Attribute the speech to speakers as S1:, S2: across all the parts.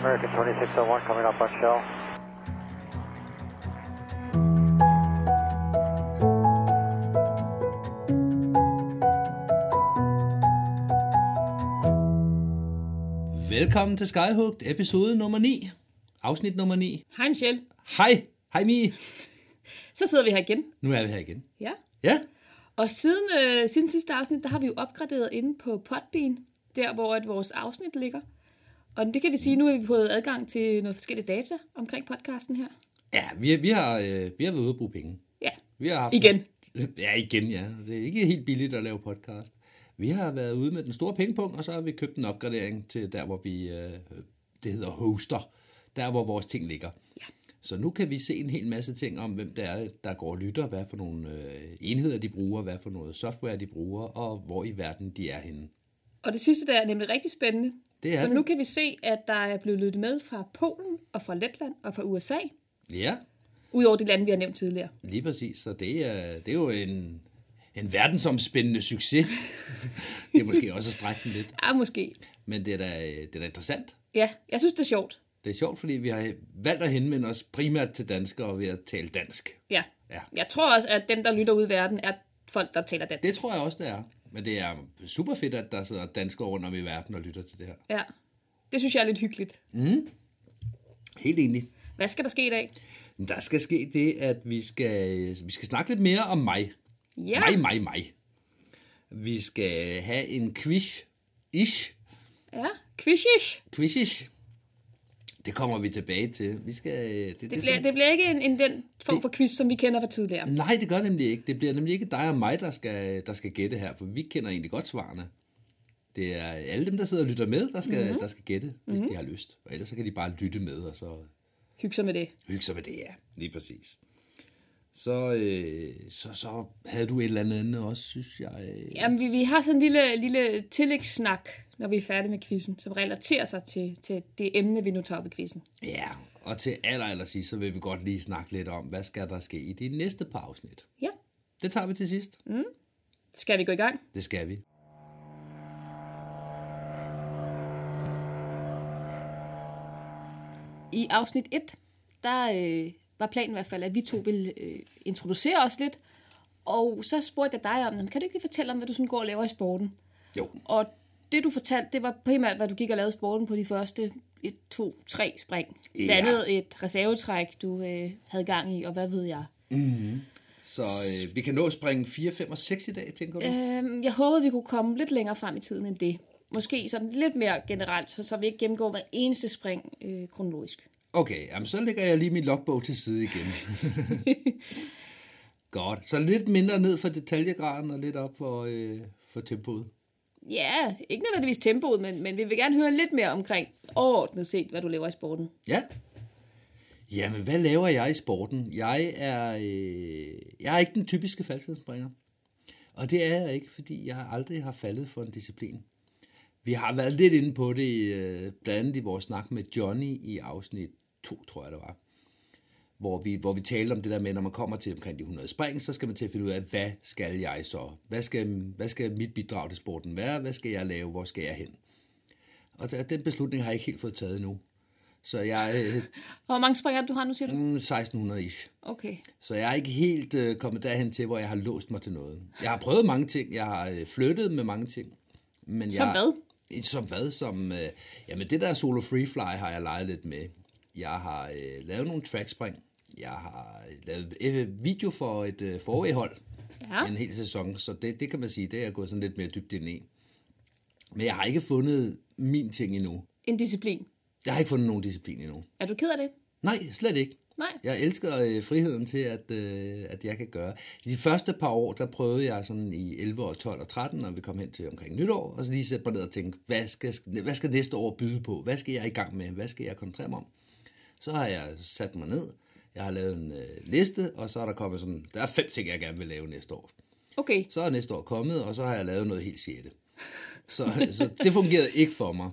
S1: American 2601 coming up on shell.
S2: Velkommen til Skyhooked, episode nummer 9. Afsnit nummer 9.
S3: Hej Michelle.
S2: Hej, hej Mie.
S3: Så sidder vi her igen.
S2: Nu er vi her igen.
S3: Ja.
S2: Ja,
S3: Og siden, øh, siden sidste afsnit, der har vi jo opgraderet inde på Podbean, der hvor at vores afsnit ligger. Og det kan vi sige, nu har vi fået adgang til noget forskellige data omkring podcasten her.
S2: ja vi, vi, har, øh, vi har været ude at bruge penge.
S3: Ja,
S2: Vi har haft
S3: Igen.
S2: Ja, igen, ja. Det er ikke helt billigt at lave podcast. Vi har været ude med den store pengepunkt, og så har vi købt en opgradering til der, hvor vi, øh, det hedder hoster, der hvor vores ting ligger. Ja. Så nu kan vi se en hel masse ting om, hvem der er, der går og lytter, hvad for nogle øh, enheder de bruger, hvad for noget software de bruger, og hvor i verden de er henne.
S3: og det sidste der er nemlig rigtig spændende.
S2: Det er
S3: For
S2: det.
S3: nu kan vi se, at der er blevet lyttet med fra Polen og fra Letland og fra USA,
S2: Ja,
S3: udover de lande, vi har nævnt tidligere.
S2: lige præcis. Så det er, det er jo en, en verdensomspændende succes. det er måske også at strække den lidt,
S3: Ja, måske.
S2: men det er da, øh, det er da interessant.
S3: Ja, jeg synes, det er sjovt.
S2: Det er sjovt, fordi vi har valgt at henvende os primært til danskere ved at tale dansk.
S3: Ja.
S2: Ja.
S3: Jeg tror også, at dem, der lytter ud i verden, er folk, der taler dansk.
S2: Det tror jeg også, det er. Men det er super fedt, at der sidder danskere rundt om i verden og lytter til det her.
S3: Ja. Det synes jeg er lidt hyggeligt.
S2: Helt enig.
S3: Hvad skal der ske i dag?
S2: Men der skal ske det, at vi skal, vi skal snakke lidt mere om mig.
S3: Ja,
S2: Mig, mig, mig. Vi skal have en quiz-ish.
S3: ja. Quizish.
S2: Quiz-ish. Det kommer vi tilbage til. Vi skal, øh, det,
S3: Det bliver, det bliver ikke en, en den form for quiz, som vi kender fra tidligere.
S2: Nej, det gør nemlig ikke. Det bliver nemlig ikke dig og mig, der skal, der skal gætte her, for vi kender egentlig godt svarene. Det er alle dem, der sidder og lytter med, der skal, mm-hmm. der skal gætte, hvis mm-hmm. de har lyst. Og ellers så kan de bare lytte med, og så
S3: Hygge sig med det.
S2: hygge sig med det, ja. Lige præcis. Så, øh, så, så havde du et eller andet andet også, synes jeg. øh.
S3: Jamen, vi, vi har sådan en lille, lille tillægssnak, når vi er færdige med quizzen, som relaterer sig til, til det emne, vi nu tager op i quizzen.
S2: Ja, og til aller, aller sidst, så vil vi godt lige snakke lidt om, hvad skal der ske i de næste par afsnit.
S3: Ja,
S2: Det tager vi til sidst. Mm.
S3: skal vi gå i gang?
S2: Det skal vi.
S3: I afsnit 1, der øh, var planen i hvert fald, at vi to ville øh, introducere os lidt. Og så spurgte jeg dig om, "Jamen, kan du ikke lige fortælle om, hvad du sådan går og laver i sporten?
S2: Jo,
S3: Og det, du fortalte, det var primært, hvad du gik og lavede i sporten på de første 1, 2, 3 spring.
S2: Ja.
S3: Ja. Landet et reservetræk, du øh, havde gang i, og hvad ved jeg.
S2: så øh, vi kan nå at springe 4, 5 og 6 i dag, tænker du?
S3: Øhm, jeg håbede, vi kunne komme lidt længere frem i tiden end det. Måske sådan lidt mere generelt, så, så vi ikke gennemgår hver eneste spring øh, kronologisk.
S2: Okay, jamen så lægger jeg lige min logbog til side igen. Godt. Så lidt mindre ned for detaljegraden og lidt op for, øh, for tempoet.
S3: Ja, ikke nødvendigvis tempoet, men, men vi vil gerne høre lidt mere omkring overordnet set, hvad du laver i sporten.
S2: Ja. Jamen, hvad laver jeg i sporten? Jeg er, øh, jeg er ikke den typiske faldskærmsspringer. Og det er jeg ikke, fordi jeg aldrig har faldet for en disciplin. Vi har været lidt inde på det, øh, blandt andet i vores snak med Johnny i afsnit 2, tror jeg det var. Hvor vi, hvor vi talte om det der med, når man kommer til omkring de 100 spring, så skal man til at finde ud af, hvad skal jeg så? Hvad skal, hvad skal mit bidrag til sporten være? Hvad skal jeg lave? Hvor skal jeg hen? Og der- den beslutning har jeg ikke helt fået taget endnu. Så jeg øh,
S3: Hvor mange springer du har nu, siger du?
S2: Mm, 1600-ish.
S3: Okay.
S2: Så jeg er ikke helt øh, kommet derhen til, hvor jeg har låst mig til noget. Jeg har prøvet mange ting. Jeg har øh, flyttet med mange ting. Men
S3: Som
S2: jeg,
S3: hvad?
S2: Eh, Som hvad? Som, øh, jamen det der solo free fly har jeg leget lidt med. Jeg har øh, lavet nogle trackspring. Jeg har øh, lavet øh, video for et øh, forrige
S3: Ja.
S2: en hel sæson. Så det, det kan man sige, det er jeg gået sådan lidt mere dybt ind i. Men jeg har ikke fundet min ting endnu.
S3: En disciplin.
S2: Jeg har ikke fundet nogen disciplin endnu.
S3: Er du ked af det?
S2: Nej, slet ikke.
S3: Nej.
S2: Jeg elsker øh, friheden til, at, øh, at jeg kan gøre. De første par år, der prøvede jeg sådan i 11 og 12 og 13, når vi kom hen til omkring nytår, og så lige sætte mig ned og tænke, hvad skal, hvad skal næste år byde på? Hvad skal jeg i gang med? Hvad skal jeg koncentrere mig om? Så har jeg sat mig ned, jeg har lavet en øh, liste, og så er der kommet sådan, der er fem ting, jeg gerne vil lave næste år.
S3: Okay.
S2: Så er næste år kommet, og så har jeg lavet noget helt sjette. Så, så det fungerede ikke for mig.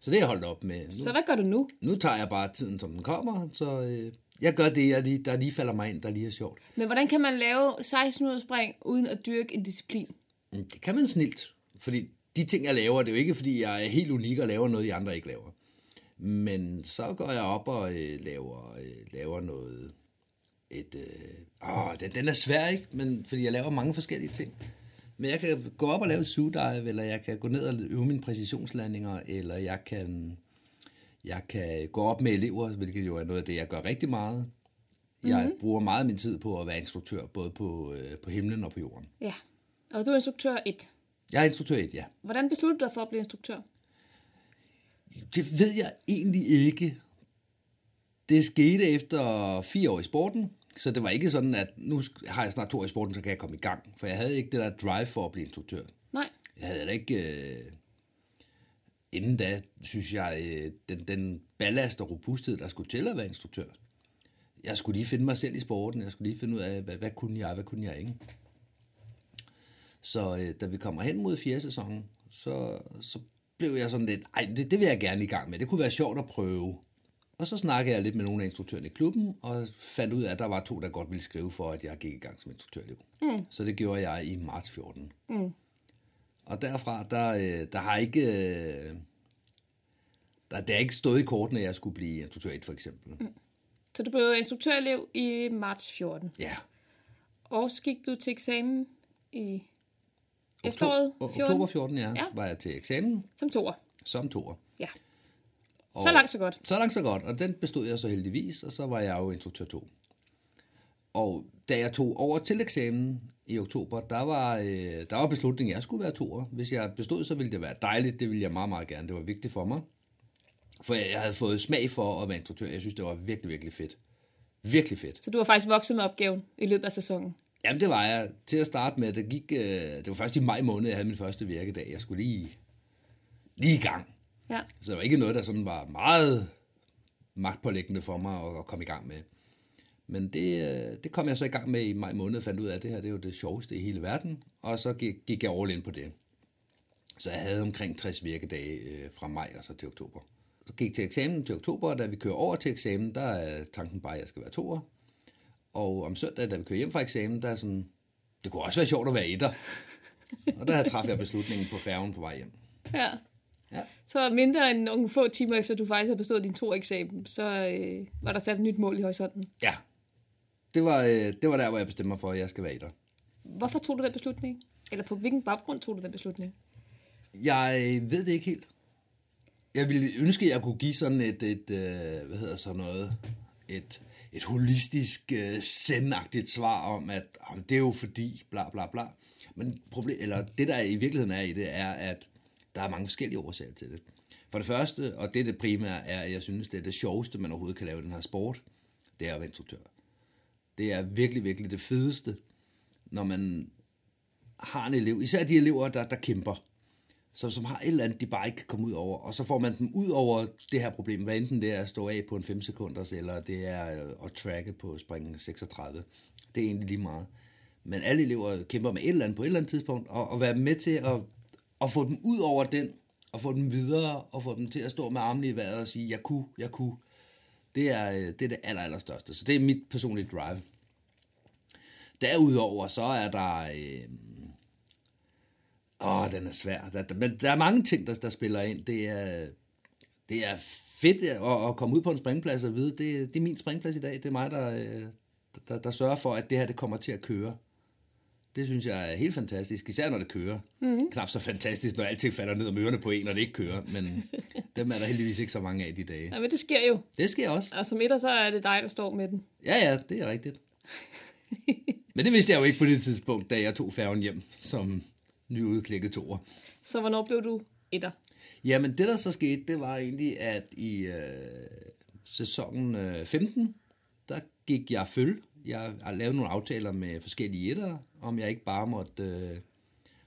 S2: Så det har jeg holdt op med. Nu,
S3: Så hvad gør du nu?
S2: nu tager jeg bare tiden, som den kommer, så øh, jeg gør det, jeg lige, der lige falder mig ind, der lige er sjovt.
S3: Men hvordan kan man lave 16 spring uden at dyrke en disciplin?
S2: Mm, Det kan man snilt, fordi de ting, jeg laver, det er jo ikke, fordi jeg er helt unik og laver noget, de andre ikke laver. Men så går jeg op og øh, laver, øh, laver noget. Et, øh, åh, den, den er svær, ikke? Men, fordi jeg laver mange forskellige ting. Men jeg kan gå op og lave et sugedive, eller jeg kan gå ned og øve mine præcisionslandinger, eller jeg kan, jeg kan gå op med elever, hvilket jo er noget af det, jeg gør rigtig meget. Jeg mm-hmm. bruger meget af min tid på at være instruktør, både på, øh, på himlen og på jorden.
S3: Ja. Og du er instruktør 1.
S2: Jeg er instruktør 1, ja.
S3: Hvordan besluttede du dig for at blive instruktør?
S2: Det ved jeg egentlig ikke. Det skete efter fire år i sporten, så det var ikke sådan, at nu sk- har jeg snart to år i sporten, så kan jeg komme i gang. For jeg havde ikke det der drive for at blive instruktør.
S3: Nej.
S2: Jeg havde da ikke... Øh... Inden da, synes jeg, øh, den, den ballast og robusthed, der skulle til at være instruktør. Jeg skulle lige finde mig selv i sporten. Jeg skulle lige finde ud af, hvad, hvad kunne jeg, hvad kunne jeg ikke. Så øh, da vi kommer hen mod fjerde sæson, så, så blev jeg sådan lidt, ej, det, det vil jeg gerne i gang med. Det kunne være sjovt at prøve. Og så snakkede jeg lidt med nogle af instruktørerne i klubben, og fandt ud af, at der var to, der godt ville skrive for, at jeg gik i gang som instruktørelev. Mm. Så det gjorde jeg i marts 14. Mm. Og derfra, der, øh, der har ikke... øh, Der, der er ikke stået i kortene, at jeg skulle blive instruktør 1, for eksempel. Mm.
S3: Så du blev instruktørelev i marts 14.
S2: Ja.
S3: Og så gik du til eksamen i efteråret
S2: Oktober-
S3: 14
S2: Oktober 14, ja,
S3: Ja.
S2: ja, var jeg til eksamen
S3: som toer.
S2: som toer.
S3: Ja. Så langt, så godt.
S2: Så langt, så godt. Og den bestod jeg så heldigvis, og så var jeg jo instruktør 2. Og da jeg tog over til eksamen i oktober, der var, øh, der var beslutningen, at jeg skulle være toer. Hvis jeg bestod, så ville det være dejligt. Det ville jeg meget, meget gerne. Det var vigtigt for mig. For jeg jeg havde fået smag for at være instruktør. Jeg synes, det var virkelig, virkelig fedt. Virkelig fedt.
S3: Så du har faktisk vokset med opgaven i løbet af sæsonen.
S2: Jamen, det var jeg. Til at starte med, det, gik, øh, det var først i maj måned, jeg havde min første virkedag. Jeg skulle lige, lige i gang.
S3: Ja.
S2: Så det var ikke noget, der sådan var meget magtpålæggende for mig at, at komme i gang med. Men det, øh, det kom jeg så i gang med i maj måned og fandt ud af, at det her det er jo det sjoveste i hele verden. Og så gik, gik jeg all in på det. Så jeg havde omkring 60 virkedage øh, fra maj og så til oktober. Så gik til eksamen til oktober, og da vi kører over til eksamen, der er tanken bare, at jeg skal være toer. Og om søndag, da vi kører hjem fra eksamen, der er sådan, det kunne også være sjovt at være etter. og der træffede jeg beslutningen på færgen på vej hjem.
S3: ja.
S2: Ja.
S3: Så mindre end nogle få timer efter, du faktisk havde bestået din to eksamen, så øh, var der sat et nyt mål i horisonten.
S2: Ja. Det var, øh, det var der, hvor jeg bestemte mig for, at jeg skal være etter.
S3: Hvorfor tog du den beslutning? Eller på hvilken baggrund tog du den beslutning?
S2: Jeg ved det ikke helt. Jeg ville ønske, at jeg kunne give sådan et, et øh, hvad hedder sådan noget, et, et holistisk, øh, sendagtigt svar om, at om det er jo fordi, bla bla bla. Men problem, eller det, der i virkeligheden er i det, er, at der er mange forskellige årsager til det. For det første, og det er det primære, er, at jeg synes, det er det sjoveste, man overhovedet kan lave i den her sport, det er at være instruktør. Det er virkelig, virkelig det fedeste, når man har en elev, især de elever, der, der kæmper, som, som har et eller andet, de bare ikke kan komme ud over. Og så får man dem ud over det her problem, hvad enten det er at stå af på en 5 sekunders, eller det er øh, at tracke på spring 36. Det er egentlig lige meget. Men alle elever kæmper med et eller andet på et eller andet tidspunkt, og, og være med til at, at få dem ud over den, og få dem videre, og få dem til at stå med armene i vejret og sige, jeg kunne, jeg kunne. Det er øh, det, er det aller, allerstørste. Så det er mit personlige drive. Derudover så er der... Øh, Åh, den er svær. Der, der, men der er mange ting, der, der spiller ind. Det er, det er fedt øh, at, at komme ud på en springplads og vide, det, det er min springplads i dag. Det er mig, der, øh, der, der sørger for, at det her det kommer til at køre. Det synes jeg er helt fantastisk, især når det kører. Mm. Knap så fantastisk, når alting falder ned om ørerne på en, og det ikke kører. Men dem er der heldigvis ikke så mange af de dage.
S3: Ja, men det sker jo. Altså,
S2: Det sker også.
S3: Og som etter, så er det dig, der står med den.
S2: Ja, ja, det er rigtigt. Men det vidste jeg jo ikke på det tidspunkt, da jeg tog færgen hjem som nyudklækket toer.
S3: Så hvornår blev du etter?
S2: Jamen, det der så skete, det var egentlig, at i øh, sæsonen øh, 15, der gik jeg følge. Jeg har lavet nogle aftaler med forskellige jættere, om jeg ikke bare måtte, øh,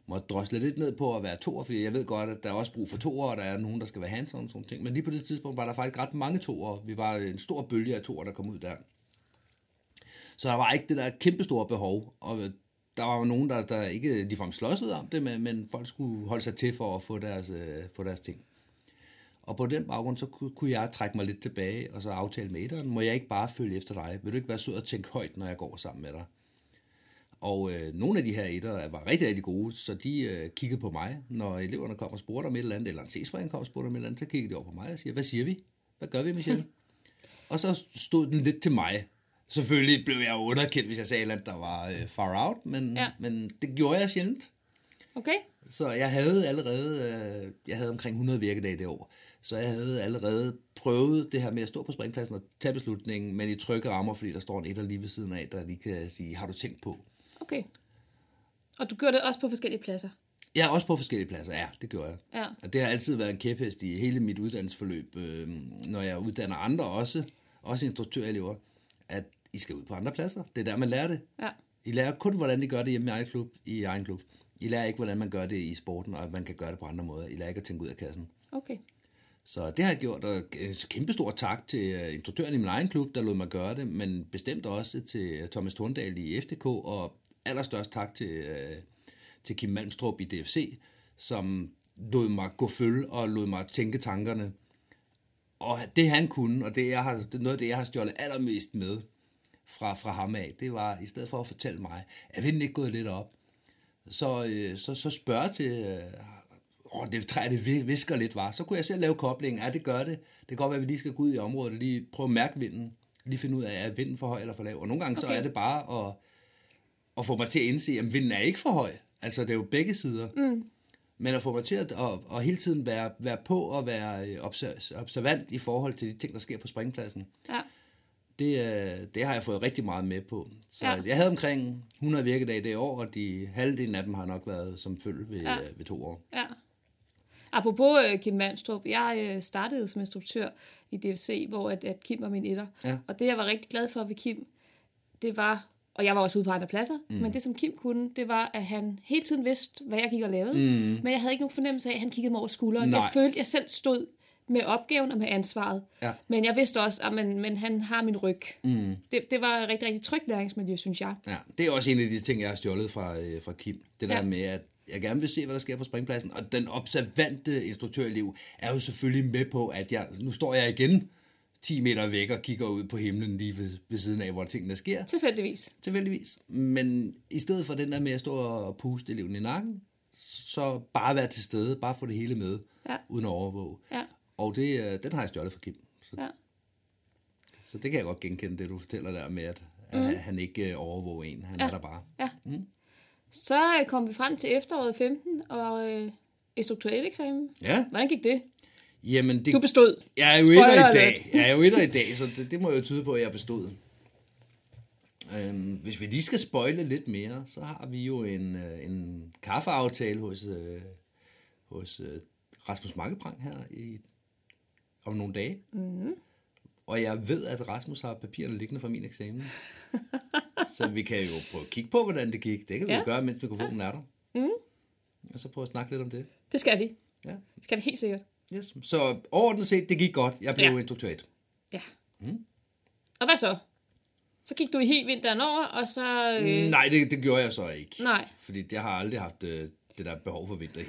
S2: måtte drosle lidt ned på at være toer, fordi jeg ved godt, at der er også brug for toer, og der er nogen, der skal være hands og sådan nogle ting. Men lige på det tidspunkt var der faktisk ret mange toer. Vi var en stor bølge af toer, der kom ud der. Så der var ikke det der kæmpestore behov, og øh, der var jo nogen, der, der ikke ligefrem slåsede om det, men, men folk skulle holde sig til for at få deres, øh, få deres ting. Og på den baggrund, så kunne, kunne jeg trække mig lidt tilbage, og så aftale med etteren, må jeg ikke bare følge efter dig? Vil du ikke være sød og tænke højt, når jeg går sammen med dig? Og øh, nogle af de her etter var rigtig, rigtig gode, så de øh, kiggede på mig, når eleverne kom og spurgte om et eller andet, eller en C-spring kom og spurgte om et eller andet, så kiggede de over på mig og siger, hvad siger vi? Hvad gør vi, Michelle? og så stod den lidt til mig. Selvfølgelig blev jeg underkendt, hvis jeg sagde, at der var øh, far out, men,
S3: Ja.
S2: ja. men det gjorde jeg sjældent.
S3: Okay?
S2: Så jeg havde allerede, øh, jeg havde omkring 100 virkedage det år, så jeg havde allerede prøvet det her med at stå på springpladsen og tage beslutningen, men i trygge rammer, fordi der står en etter lige ved siden af, der lige kan sige, har du tænkt på?
S3: Okay. Og du gjorde det også på forskellige pladser?
S2: Jeg er også på forskellige pladser, ja, det gør jeg.
S3: Ja.
S2: Og det har altid været en kæphest i hele mit uddannelsesforløb, øh, når jeg uddanner andre også, også instruktørelever, at I skal ud på andre pladser. Det er der, man lærer det.
S3: Ja.
S2: I lærer kun, hvordan de gør det hjemme i egen klub, i egen klub. I lærer ikke, hvordan man gør det i sporten, og at man kan gøre det på andre måder. I lærer ikke at tænke ud af kassen.
S3: Okay.
S2: Så det har jeg gjort, og øh, kæmpestor tak til øh, instruktøren i min egen klub, der lod mig gøre det, men bestemt også til øh, Thomas Thorndal i FDK, og allerstørst tak til, øh, til Kim Malmstrup i DFC, som lod mig gå følge og lod mig tænke tankerne. Og det han kunne, og det, jeg har, det er noget af det, jeg har stjålet allermest med fra, fra ham af, det var, i stedet for at fortælle mig, er vinden ikke gået lidt op? så, øh, så, så spørge til, øh, åh, det træ, det vi- visker lidt, var. Så kunne jeg selv lave koblingen. Ja, det gør det. Det kan godt være, at vi lige skal gå ud i området og lige prøve at mærke vinden. Lige finde ud af, er vinden for høj eller for lav? Og nogle gange okay. så
S3: Okay.
S2: er det bare at, at få mig til at indse, at vinden er ikke for høj. Altså, det er jo begge sider. Mm. Men at få mig til at og, og hele tiden være, være på og være øh, obser- observant i forhold til de ting, der sker på springpladsen
S3: Ja.
S2: det, øh, det har jeg fået rigtig meget med på. Så
S3: Ja.
S2: ja. jeg havde omkring 100 virkedage det år, og de halvdelen af dem har nok været som følge ved,
S3: Ja.
S2: ja. ved to år.
S3: Ja. Apropos øh, Kim Mandstrup, jeg øh, startede som instruktør i DFC, hvor at, at Kim var min etter.
S2: Ja.
S3: Og det, jeg var rigtig glad for ved Kim, det var, og jeg var også ude på andre pladser, mm. men det, som Kim kunne, det var, at han hele tiden vidste, hvad jeg gik og lavede, mm. men jeg havde ikke nogen fornemmelse af, at han kiggede mig over skulderen.
S2: Nej.
S3: Jeg følte, at jeg selv stod med opgaven og med ansvaret.
S2: Ja.
S3: Men jeg vidste også, at man, men han har min ryg. Mm. Det, det var et rigtig, rigtig trygt læringsmiljø, synes jeg.
S2: Ja, det er også en af de ting, jeg har stjålet fra, øh, fra Kim. Det der
S3: Ja.
S2: ja. med, at jeg gerne vil se, hvad der sker på springpladsen. Og den observante instruktørelev er jo selvfølgelig med på, at jeg, nu står jeg igen 10 meter væk og kigger ud på himlen lige ved, ved siden af, hvor tingene sker.
S3: Tilfældigvis.
S2: tilfældigvis. Men i stedet for den der med at stå og puste eleven i nakken, så bare være til stede, bare få det hele med,
S3: Ja.
S2: uden at overvåge.
S3: Ja.
S2: Og det, øh, den har jeg stjålet fra Kim. Så,
S3: Ja.
S2: så det kan jeg godt genkende, det du fortæller der med, at, at mm. han ikke øh, overvåger en. Han ja. er der bare.
S3: Mhm. Ja. Mm. Så øh, kom vi frem til efteråret 15 og øh, instruktuel eksamen.
S2: Ja,
S3: Hvordan gik det?
S2: jamen det...
S3: Du bestod.
S2: Jeg er jo etter
S3: Spoiler
S2: i dag.
S3: alert.
S2: Jeg er jo etter i dag, så det, det må jo tyde på, at jeg bestod. Øhm, hvis vi lige skal spoile lidt mere, så har vi jo en, øh, en kaffeaftale hos, øh, hos øh, Rasmus Makkeprang her i, om nogle dage. Mm.
S3: Mhm.
S2: Og jeg ved, at Rasmus har papirerne liggende fra min eksamen. så vi kan jo prøve at kigge på, hvordan det gik. Det kan vi
S3: Ja. Mhm.
S2: jo gøre, mens mikrofonen er der. Mm. Og så prøve at snakke lidt om det.
S3: Det skal vi.
S2: Ja.
S3: Det skal vi helt sikkert.
S2: Yes. Så overordnet set, det gik godt. Jeg blev
S3: Ja.
S2: ja. instruktør et.
S3: Ja. Mm. Og hvad så? Så gik du i helt vinteren over, og så... Øh,
S2: Nej, det, det gjorde jeg så ikke.
S3: Nej.
S2: Fordi jeg har aldrig haft øh, det der behov for vinter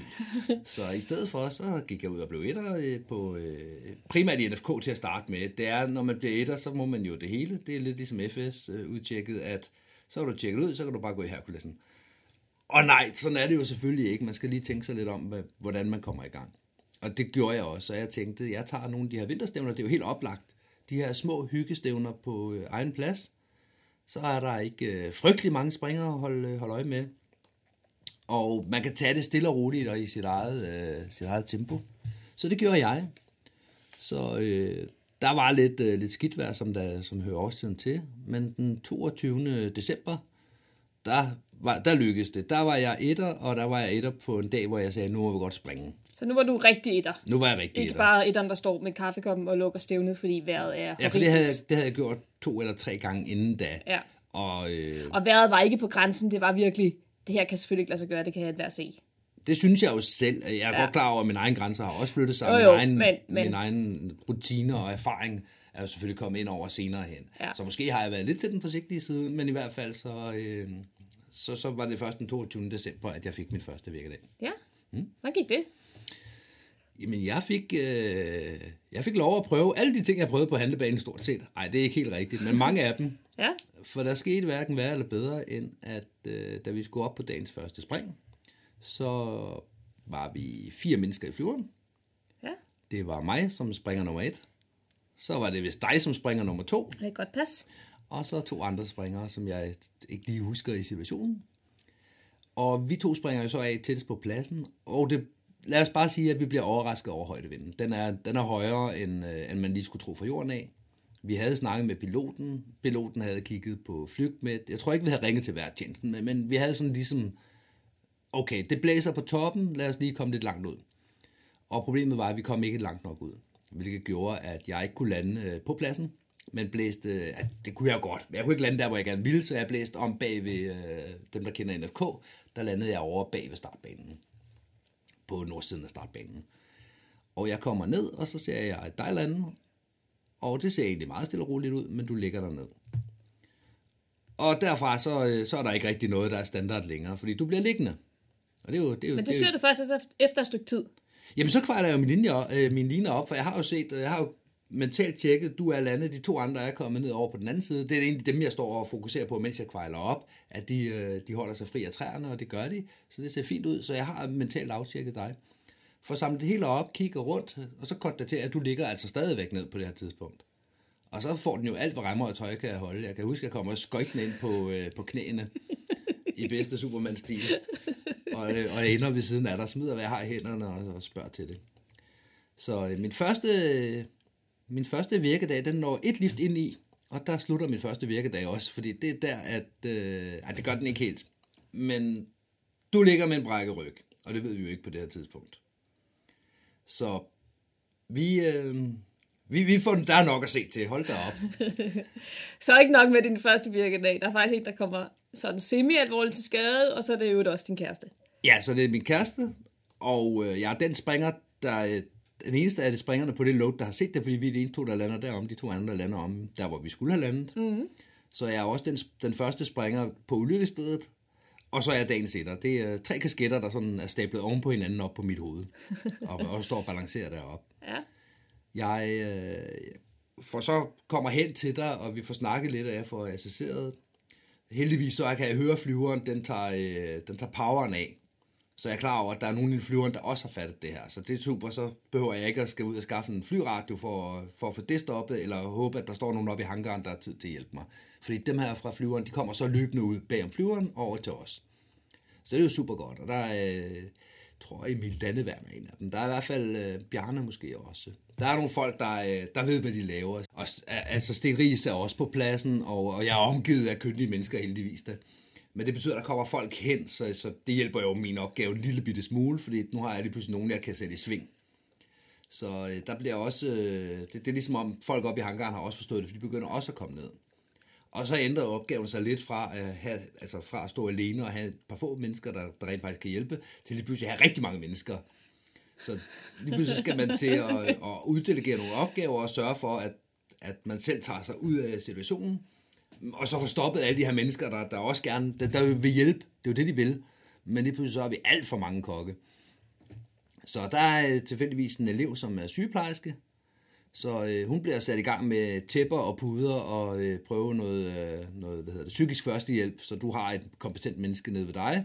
S2: Så i stedet for, så gik jeg ud og blev etter øh, på øh, primært i NFK til at starte med. Det er, når man bliver etter, så må man jo det hele. Det er lidt ligesom FS øh, udtjekket, at så er du tjekket ud, så kan du bare gå i Herkulesen. Og nej, sådan er det jo selvfølgelig ikke. Man skal lige tænke sig lidt om, hvad, hvordan man kommer i gang. Og det gjorde jeg også, og jeg tænkte, jeg tager nogle af de her vinterstævner, det er jo helt oplagt. De her små hyggestævner på øh, egen plads, så er der ikke øh, frygtelig mange springere at holde, øh, holde øje med. Og man kan tage det stille og roligt og i sit eget, øh, sit eget tempo. Så det gjorde jeg. Så øh, der var lidt, øh, lidt skidt vejr, som, der, som hører årstiden til. Men den 22. december, der, var, der lykkedes det. Der var jeg etter, og der var jeg etter på en dag, hvor jeg sagde, nu må vi godt springe.
S3: Så nu var du rigtig etter.
S2: Nu var jeg rigtig
S3: Ikke
S2: etter.
S3: bare etteren, der står med kaffekoppen og lukker stævnet, fordi vejret er
S2: Ja, for det havde,
S3: horribelt.
S2: jeg, det havde jeg gjort to eller tre gange inden da.
S3: Ja.
S2: Og øh,
S3: Og vejret var ikke på grænsen. Det var virkelig... Det her kan selvfølgelig ikke lade sig gøre. Det kan jeg ikke se.
S2: det synes jeg jo selv. Jeg er
S3: Ja.
S2: ja. godt klar over, at min egen grænser har også flyttet sig.
S3: Jo,
S2: og
S3: jo,
S2: min, egen,
S3: men- men-
S2: min egen rutiner og erfaring er jo selvfølgelig kommet ind over senere hen.
S3: Ja.
S2: Så måske har jeg været lidt til den forsigtige side, men i hvert fald så, øh, så, så var det først den 22. december, at jeg fik min første virkedag.
S3: Ja. Mm. Hvordan gik det?
S2: Jamen, jeg fik, øh, jeg fik lov at prøve alle de ting, jeg prøvede på handlebanen stort set. Nej, det er ikke helt rigtigt, men mange af dem.
S3: Ja.
S2: For der skete hverken værre eller bedre, end at øh, da vi skulle op på dagens første spring, så var vi fire mennesker i flyveren.
S3: Ja.
S2: Det var mig, som springer nummer et. Så var det vist dig, som springer nummer to.
S3: Det kan godt passe.
S2: Og så to andre springere, som jeg ikke lige husker i situationen. Og vi to springer jo så af tættest på pladsen, og det, lad os bare sige, at vi bliver overrasket over højdevinden. Den er, den er højere, end, øh, end man lige skulle tro fra jorden af. Vi havde snakket med piloten. Piloten havde kigget på flygtmæt. Jeg tror ikke, vi havde ringet til værtjenesten, men, men vi havde sådan ligesom, okay, det blæser på toppen, lad os lige komme lidt langt ud. Og problemet var, at vi kom ikke langt nok ud, hvilket gjorde, at jeg ikke kunne lande øh, på pladsen, men blæste, øh, at det kunne jeg godt, men jeg kunne ikke lande der, hvor jeg gerne ville, så jeg blæste om bag ved øh, dem, der kender NFK, der landede jeg over bag ved startbanen, på nordsiden af startbanen. Og jeg kommer ned, og så ser jeg dig lande, og det ser egentlig meget stille og roligt ud, men du ligger der ned. Og derfra, så, øh, så er der ikke rigtig noget, der er standard længere, fordi du bliver liggende. Og det er jo, det er jo, det
S3: Men det
S2: er jo-
S3: ser du først efter- efter et stykke tid.
S2: Jamen, så kvejler jeg jo min linje, op- øh, min linje op, for jeg har jo set, øh, jeg har jo mentalt tjekket, du er landet, de to andre er kommet ned over på den anden side. Det er egentlig dem, jeg står og fokuserer på, mens jeg kvejler op, at de, øh, de holder sig fri af træerne, og det gør de, så det ser fint ud. Så jeg har mentalt aftjekket dig. For samlet det hele op, kigger rundt, øh, og så konstaterer jeg, at du ligger altså stadigvæk ned på det her tidspunkt. Og så får den jo alt, hvad rammer og tøj kan jeg holde. Jeg kan huske, at jeg kommer skøjtende ind på, øh, på knæene i bedste Superman-stil. Og, øh, og jeg ender ved siden af dig, smider, hvad jeg har i hænderne og, og spørger til det. Så øh, min, første, øh, min første virkedag, den når et lift ind i, og der slutter min første virkedag også, fordi det er der, at... Øh, ej, det gør den ikke helt. Men du ligger med en brækket ryg, og det ved vi jo ikke på det her tidspunkt. Så vi, øh, vi, vi får, der er nok at se til. Hold da op.
S3: Så er ikke nok med din første virkedag. Der er faktisk en, der kommer sådan semi-alvorligt til skade, og så er det jo også din kæreste.
S2: Ja, så det er min kæreste, og øh, jeg er den springer, der øh, den eneste af de springerne på det load, der har set det, fordi vi er de ene to, der lander derom, de to andre, der lander om, der hvor vi skulle have landet. Mm-hmm. Så jeg er også den, den første springer på ulykkestedet, og så er jeg dagens etter. Det er øh, tre kasketter, der sådan er stablet oven på hinanden op på mit hoved, og, og står og balancerer deroppe
S3: Ja.
S2: jeg øh, for så kommer hen til dig, og vi får snakket lidt, og jeg får assesseret. Heldigvis så kan jeg høre, at flyveren den tager, øh, den tager poweren af. Så jeg er klar over, at der er nogen i flyveren, der også har fattet det her. Så det er super, så behøver jeg ikke at skal ud og skaffe en flyradio for, at- for at få det stoppet, eller håbe, at der står nogen oppe i hangaren, der har tid til at hjælpe mig. Fordi dem her fra flyveren, de kommer så løbende ud bagom flyveren og over til os. Så det er jo super godt. Og der er, øh, tror jeg, Emil Danneværn er en af dem. Der er i hvert fald øh, Bjarne måske også. Der er nogle folk, der, øh, der ved, hvad de laver. Og, s- a- altså, Sten Ries er også på pladsen, og, og jeg er omgivet af kyndige mennesker heldigvis da. Men det betyder, at der kommer folk hen, så, så det hjælper jo min opgave en lille bitte smule, fordi nu har jeg lige pludselig nogen, jeg kan sætte i sving. Så øh, der bliver også, øh, det, det er ligesom om folk oppe i hangaren har også forstået det, for de begynder også at komme ned. Og så ændrer opgaven sig lidt fra at, have, altså fra at stå alene og have et par få mennesker, der, der rent faktisk kan hjælpe, til lige pludselig at have rigtig mange mennesker. Så lige pludselig skal man til at, at uddelegere nogle opgaver og sørge for, at, at man selv tager sig ud af situationen. Og så få stoppet alle de her mennesker, der, der også gerne der, der vil hjælpe. Det er jo det, de vil. Men lige pludselig så har vi alt for mange kokke. Så der er øh, tilfældigvis en elev, som er sygeplejerske, så øh, hun bliver sat i gang med tæpper og puder og øh, prøve noget, øh, noget hvad hedder det, psykisk førstehjælp, så du har et kompetent menneske nede ved dig.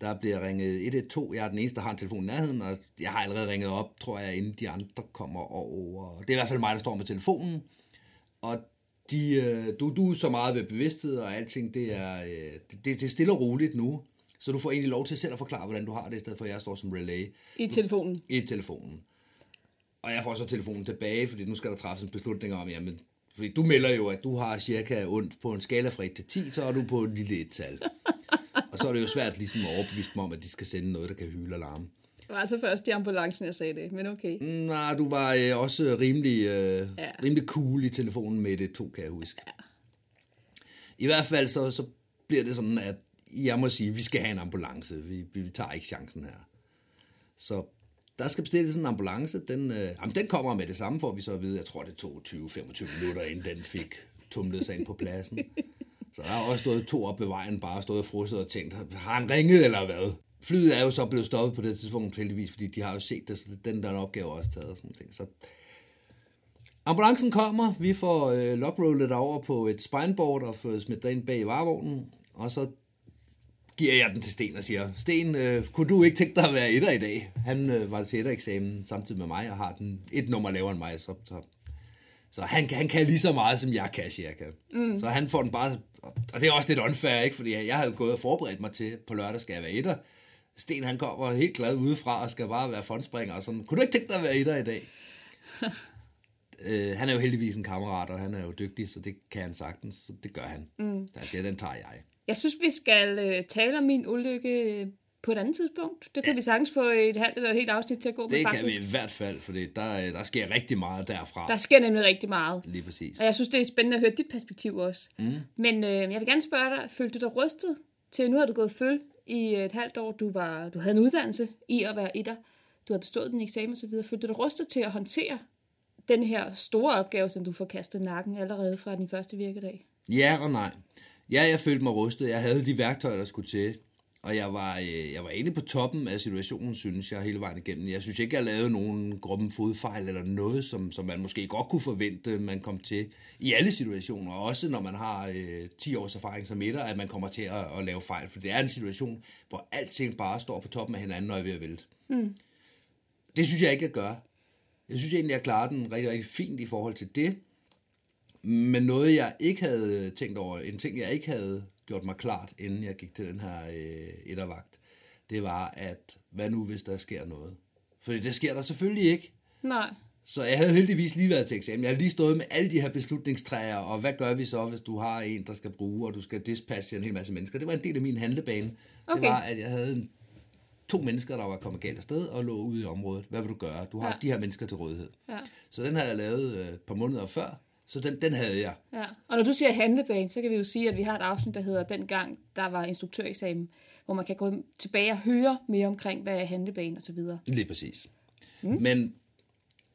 S2: Der bliver ringet 112. Jeg er den eneste, der har en telefon i nærheden, og jeg har allerede ringet op, tror jeg, inden de andre kommer over. Det er i hvert fald mig, der står med telefonen. Og de, øh, du, du er så meget ved bevidsthed og alting, det er, øh, det, det er stille og roligt nu. Så du får egentlig lov til selv at forklare, hvordan du har det, i stedet for at jeg står som relay
S3: I telefonen.
S2: i telefonen. Og jeg får så telefonen tilbage, fordi nu skal der træffes en beslutning om, jamen, fordi du melder jo, at du har cirka ondt på en skala fra 1 til 10, så er du på et lille et-tal. og så er det jo svært ligesom at overbevise dem om, at de skal sende noget, der kan hyle og larme.
S3: Det var altså først i ambulancen, jeg sagde det, men okay.
S2: Nej, du var øh, også rimelig, øh,
S3: Ja.
S2: ja. rimelig cool i telefonen med det to, kan jeg huske. Ja. I hvert fald så, så bliver det sådan, at jeg må sige, at vi skal have en ambulance. Vi, vi tager ikke chancen her. Så der skal bestilles en ambulance. Den, øh, jamen, den kommer med det samme, får vi så at vide. Jeg tror, det tog 20-25 minutter, inden den fik tumlet sig ind på pladsen. Så der har også stået to op ved vejen, bare stået og frosset og tænkt, har han ringet eller hvad? Flyet er jo så blevet stoppet på det tidspunkt heldigvis, fordi de har jo set det, så den der opgave er også taget og sådan nogle ting. Så ambulancen kommer, vi får øh, lockrollet dig over på et spineboard og får smidt dig ind bag i varevognen, og så giver jeg den til Sten og siger, Sten, øh, kunne du ikke tænke dig at være etter i dag? Han øh, var til ettereksamen samtidig med mig og har den et nummer lavere end mig, så, så Så han, han kan lige så meget, som jeg kan, cirka. Mm. Så han får den bare... Og det er også lidt unfair, ikke? Fordi jeg havde gået og forberedt mig til, på lørdag skal jeg være etter. Sten, han kommer helt glad udefra og skal bare være fondspringer. Og sådan, kunne du ikke tænke dig at være etter i dag? øh, han er jo heldigvis en kammerat, og han er jo dygtig, så det kan han sagtens. Så det gør han. Mm. Så han siger, den tager jeg.
S3: Jeg synes, vi skal øh, tale om min ulykke øh, på et andet tidspunkt. Det kan ja. vi sagtens få et halvt eller et helt afsnit til at gå med,
S2: Det kan
S3: faktisk.
S2: vi i hvert fald, for der, øh, der sker rigtig meget derfra.
S3: Der
S2: Der...
S3: sker nemlig rigtig meget.
S2: Lige præcis.
S3: Og jeg synes, det er spændende at høre dit perspektiv også. Mm. Men øh, jeg vil gerne spørge dig, følte du dig rystet til, nu har du gået føl i et halvt år, du, var, du havde en uddannelse i at være etter, du havde bestået din eksamen osv., følte du dig rystet til at håndtere den her store opgave, som du får kastet i nakken allerede fra din første virkedag?
S2: Ja og nej. Ja, jeg følte mig rustet. Jeg havde de værktøjer, der skulle til. Og jeg var, øh, jeg var egentlig på toppen af situationen, synes jeg, hele vejen igennem. Jeg synes ikke, jeg lavede nogen grumme fodfejl eller noget, som, som man måske godt kunne forvente, man kom til i alle situationer. Også når man har øh, 10 års erfaring som etter, at man kommer til at, at lave fejl. For det er en situation, hvor alting bare står på toppen af hinanden og er ved at vælte. Mm. Det synes jeg ikke, jeg gør. Jeg synes egentlig, jeg klarer den rigtig, rigtig fint i forhold til det. Men noget, jeg ikke havde tænkt over, en ting, jeg ikke havde gjort mig klart, inden jeg gik til den her øh, ettervagt, det var, at hvad nu, hvis der sker noget? Fordi det sker der selvfølgelig ikke.
S3: Nej.
S2: Så jeg havde heldigvis lige været til eksamen. Jeg havde lige stået med alle de her beslutningstræer, og hvad gør vi så, hvis du har en, der skal bruge, og du skal dispatche en hel masse mennesker. Det var en del af min handlebane.
S3: Okay.
S2: Det var, at jeg havde en, to mennesker, der var kommet galt afsted og lå ude i området. Hvad vil du gøre? Du har
S3: Ja.
S2: ja. de her mennesker til rådighed.
S3: Ja.
S2: Så den havde jeg lavet øh, et par måneder før, så den, den havde jeg.
S3: Ja. Og når du siger handlebane, så kan vi jo sige, at vi har et afsnit, der hedder Dengang, der var instruktøreksamen, hvor man kan gå tilbage og høre mere omkring, hvad er handlebane osv.
S2: Lige præcis. Mm. Men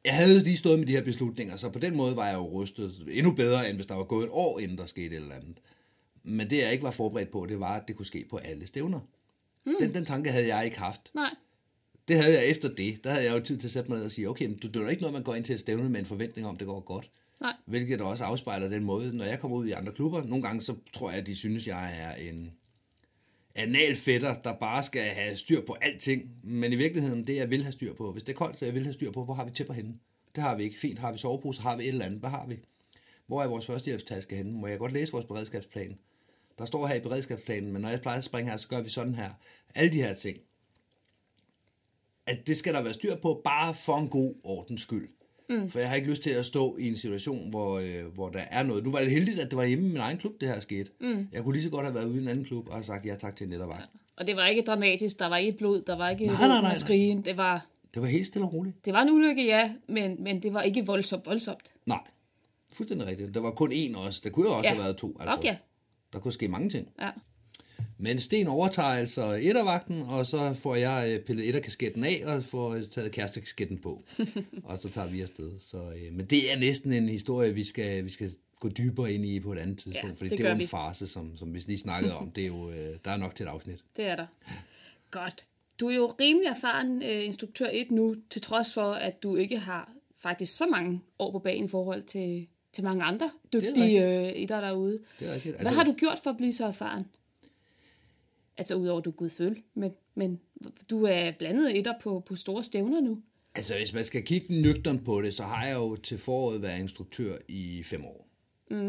S2: jeg havde lige stået med de her beslutninger, så på den måde var jeg jo rustet endnu bedre, end hvis der var gået et år, inden der skete et eller andet. Men det, jeg ikke var forberedt på, det var, at det kunne ske på alle stævner. Mm. Den, den tanke havde jeg ikke haft.
S3: Nej.
S2: Det havde jeg efter det. Der havde jeg jo tid til at sætte mig ned og sige, okay, men du, det er jo ikke noget, man går ind til et stævne med en forventning om, det går godt.
S3: Nej.
S2: Hvilket også afspejler den måde, når jeg kommer ud i andre klubber. Nogle gange så tror jeg, at de synes, jeg er en analfætter, der bare skal have styr på alting. Men i virkeligheden, det jeg vil have styr på, hvis det er koldt, så jeg vil have styr på, hvor har vi tæpper henne? Det har vi ikke. Fint, har vi sovepose, har vi et eller andet. Hvad har vi? Hvor er vores førstehjælpstaske henne? Må jeg godt læse vores beredskabsplan? Der står her i beredskabsplanen, men når jeg plejer at springe her, så gør vi sådan her. Alle de her ting at det skal der være styr på, bare for en god ordens skyld. Mm. For jeg har ikke lyst til at stå i en situation, hvor, øh, hvor der er noget. Nu var det heldigt, at det var hjemme i min egen klub, det her skete. Mm. Jeg kunne lige så godt have været ude i en anden klub og have sagt ja tak til en ettervagt. Ja.
S3: Og det var ikke dramatisk, der var ikke blod, der var ikke
S2: Nej,
S3: nej,
S2: nej, nej, nej.
S3: skrigen. Det var,
S2: Det var helt stille og roligt.
S3: det var en ulykke, ja, men, men det var ikke voldsomt, voldsomt.
S2: Nej, fuldstændig rigtigt. Der var kun én også. Der kunne jo også
S3: Ja.
S2: have været to. altså.
S3: Fuck ja.
S2: Der kunne ske mange ting.
S3: Ja.
S2: Men Sten overtager altså ettervagten, og så får jeg øh, pillet etterkasketten af, og får øh, taget kærestekasketten på. og så tager vi afsted. Så, øh, men det er næsten en historie, vi skal, vi skal gå dybere ind i på et andet tidspunkt,
S3: Ja,
S2: fordi
S3: det
S2: det, det er
S3: gør
S2: jo en
S3: vi.
S2: farse, som, som vi lige snakkede om. Det er jo, øh, der er nok til et afsnit.
S3: Det er der. Godt. Du er jo rimelig erfaren øh, instruktør 1 nu, til trods for, at du ikke har faktisk så mange år på banen i forhold til, til mange andre dygtige øh, idræt derude.
S2: Det er rigtigt. Altså-
S3: Hvad har du gjort for at blive så erfaren? Altså udover at du er gudføl, men, men du er blandet etter på, på store stævner nu.
S2: Altså, hvis man skal kigge nøgteren på det, så har jeg jo til foråret været instruktør i fem år. Mm. Ja,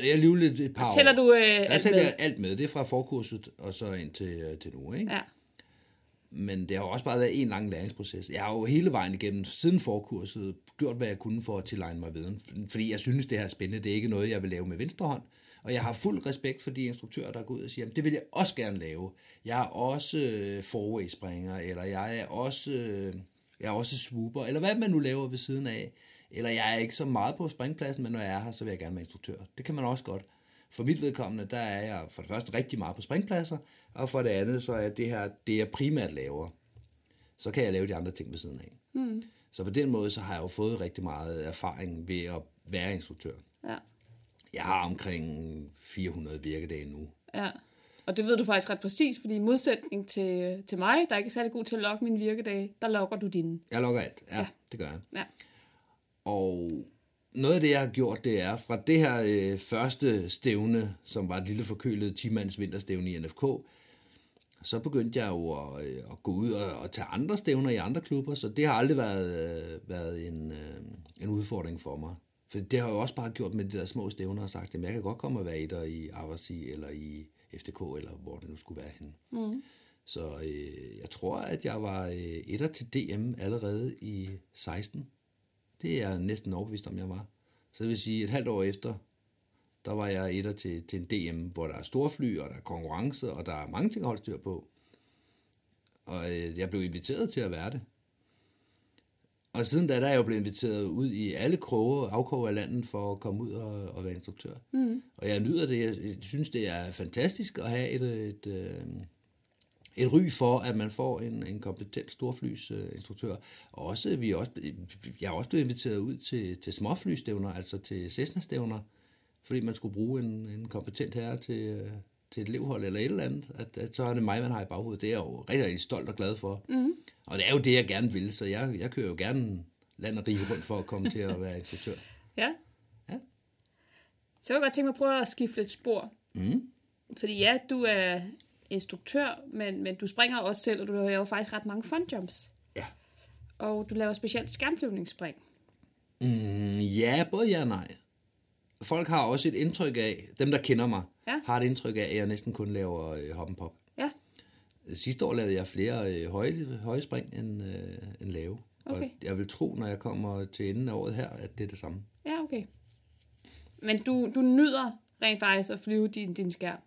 S2: det er alligevel et- et par
S3: Tæller
S2: år.
S3: du, øh,
S2: Der
S3: alt
S2: tæller
S3: med?
S2: jeg alt med. Det er fra forkurset og så ind til, øh, til nu, ikke?
S3: Ja.
S2: Men det har jo også bare været en lang læringsproces. Jeg har jo hele vejen igennem, siden forkurset, gjort, hvad jeg kunne for at tilegne mig viden. Fordi jeg synes, det her er spændende. Det er ikke noget, jeg vil lave med venstre hånd. Og jeg har fuld respekt for de instruktører, der går ud og siger, "Jamen, det vil jeg også gerne lave. Jeg er også øh, forwayspringer, eller jeg er også, øh, jeg er også swooper, eller hvad man nu laver ved siden af. Eller jeg er ikke så meget på springpladsen, men når jeg er her, så vil jeg gerne være instruktør. Det kan man også godt. For mit vedkommende, der er jeg for det første rigtig meget på springpladser, og for det andet, så er det her det, jeg primært laver. Så kan jeg lave de andre ting ved siden af. Mm. Så på den måde, så har jeg jo fået rigtig meget erfaring ved at være instruktør.
S3: ja,
S2: Jeg har omkring 400 virkedage nu.
S3: ja. Og det ved du faktisk ret præcis, fordi i modsætning til, øh, til mig, der er ikke er særlig god til at logge mine virkedage, der logger du dine.
S2: Jeg logger alt. Ja, ja. det gør jeg.
S3: Ja.
S2: Og noget af det, jeg har gjort, det er fra det her øh, første stævne, som var et lille forkølet 10-mands vinterstævne i NFK, så begyndte jeg jo at, øh, at gå ud og, og tage andre stævner i andre klubber, så det har aldrig været, øh, været en, øh, en udfordring for mig. For det har jeg jo også bare gjort med de der små stævner og sagt, at jeg kan godt komme og være etter i Aversi eller i FDK, eller hvor det nu skulle være henne. Mm. Så øh, jeg tror, at jeg var øh, etter til DM allerede i 16. Det er jeg næsten overbevist om, jeg var. Så det vil sige, et halvt år efter, der var jeg etter til, til en DM, hvor der er storfly, og der er konkurrence, og der er mange ting at holde styr på. Og øh, jeg blev inviteret til at være det. Og siden da, der er jeg jo blevet inviteret ud i alle kroge og afkroge af landet for at komme ud og, og være instruktør. Mm. Og jeg nyder det. Jeg jeg synes, det er fantastisk at have et, et, øh, et ry for, at man får en, en kompetent storflysinstruktør. Og også, vi er også, jeg er også blevet inviteret ud til, til småflystævner, altså til Cessna-stævner, fordi man skulle bruge en, en kompetent herre til, øh, til et elevhold eller et eller andet, at, at så er det mig, man har i baghovedet. Det er jeg jo rigtig, rigtig stolt og glad for. Mm. Og det er jo det, jeg gerne vil, så jeg, jeg kører jo gerne land og rige rundt for at komme til at være instruktør.
S3: Ja.
S2: Ja.
S3: Så jeg kunne jeg godt tænke mig at prøve at skifte lidt spor.
S2: Mm.
S3: Fordi ja, du er instruktør, men, men du springer også selv, og du laver faktisk ret mange funjumps.
S2: Ja.
S3: Og du laver specielt skærmflyvningsspring.
S2: Mm, ja, både ja og nej. Folk har også et indtryk af, dem der kender mig,
S3: Ja.
S2: har et indtryk af, at jeg næsten kun laver øh, hop and pop.
S3: Ja,
S2: Sidste år lavede jeg flere øh, høje, høje spring end, øh, end lave.
S3: Okay.
S2: Og jeg vil tro, når jeg kommer til enden af året her, at det er det samme.
S3: ja okay. Men du, du nyder rent faktisk at flyve din, din skærm.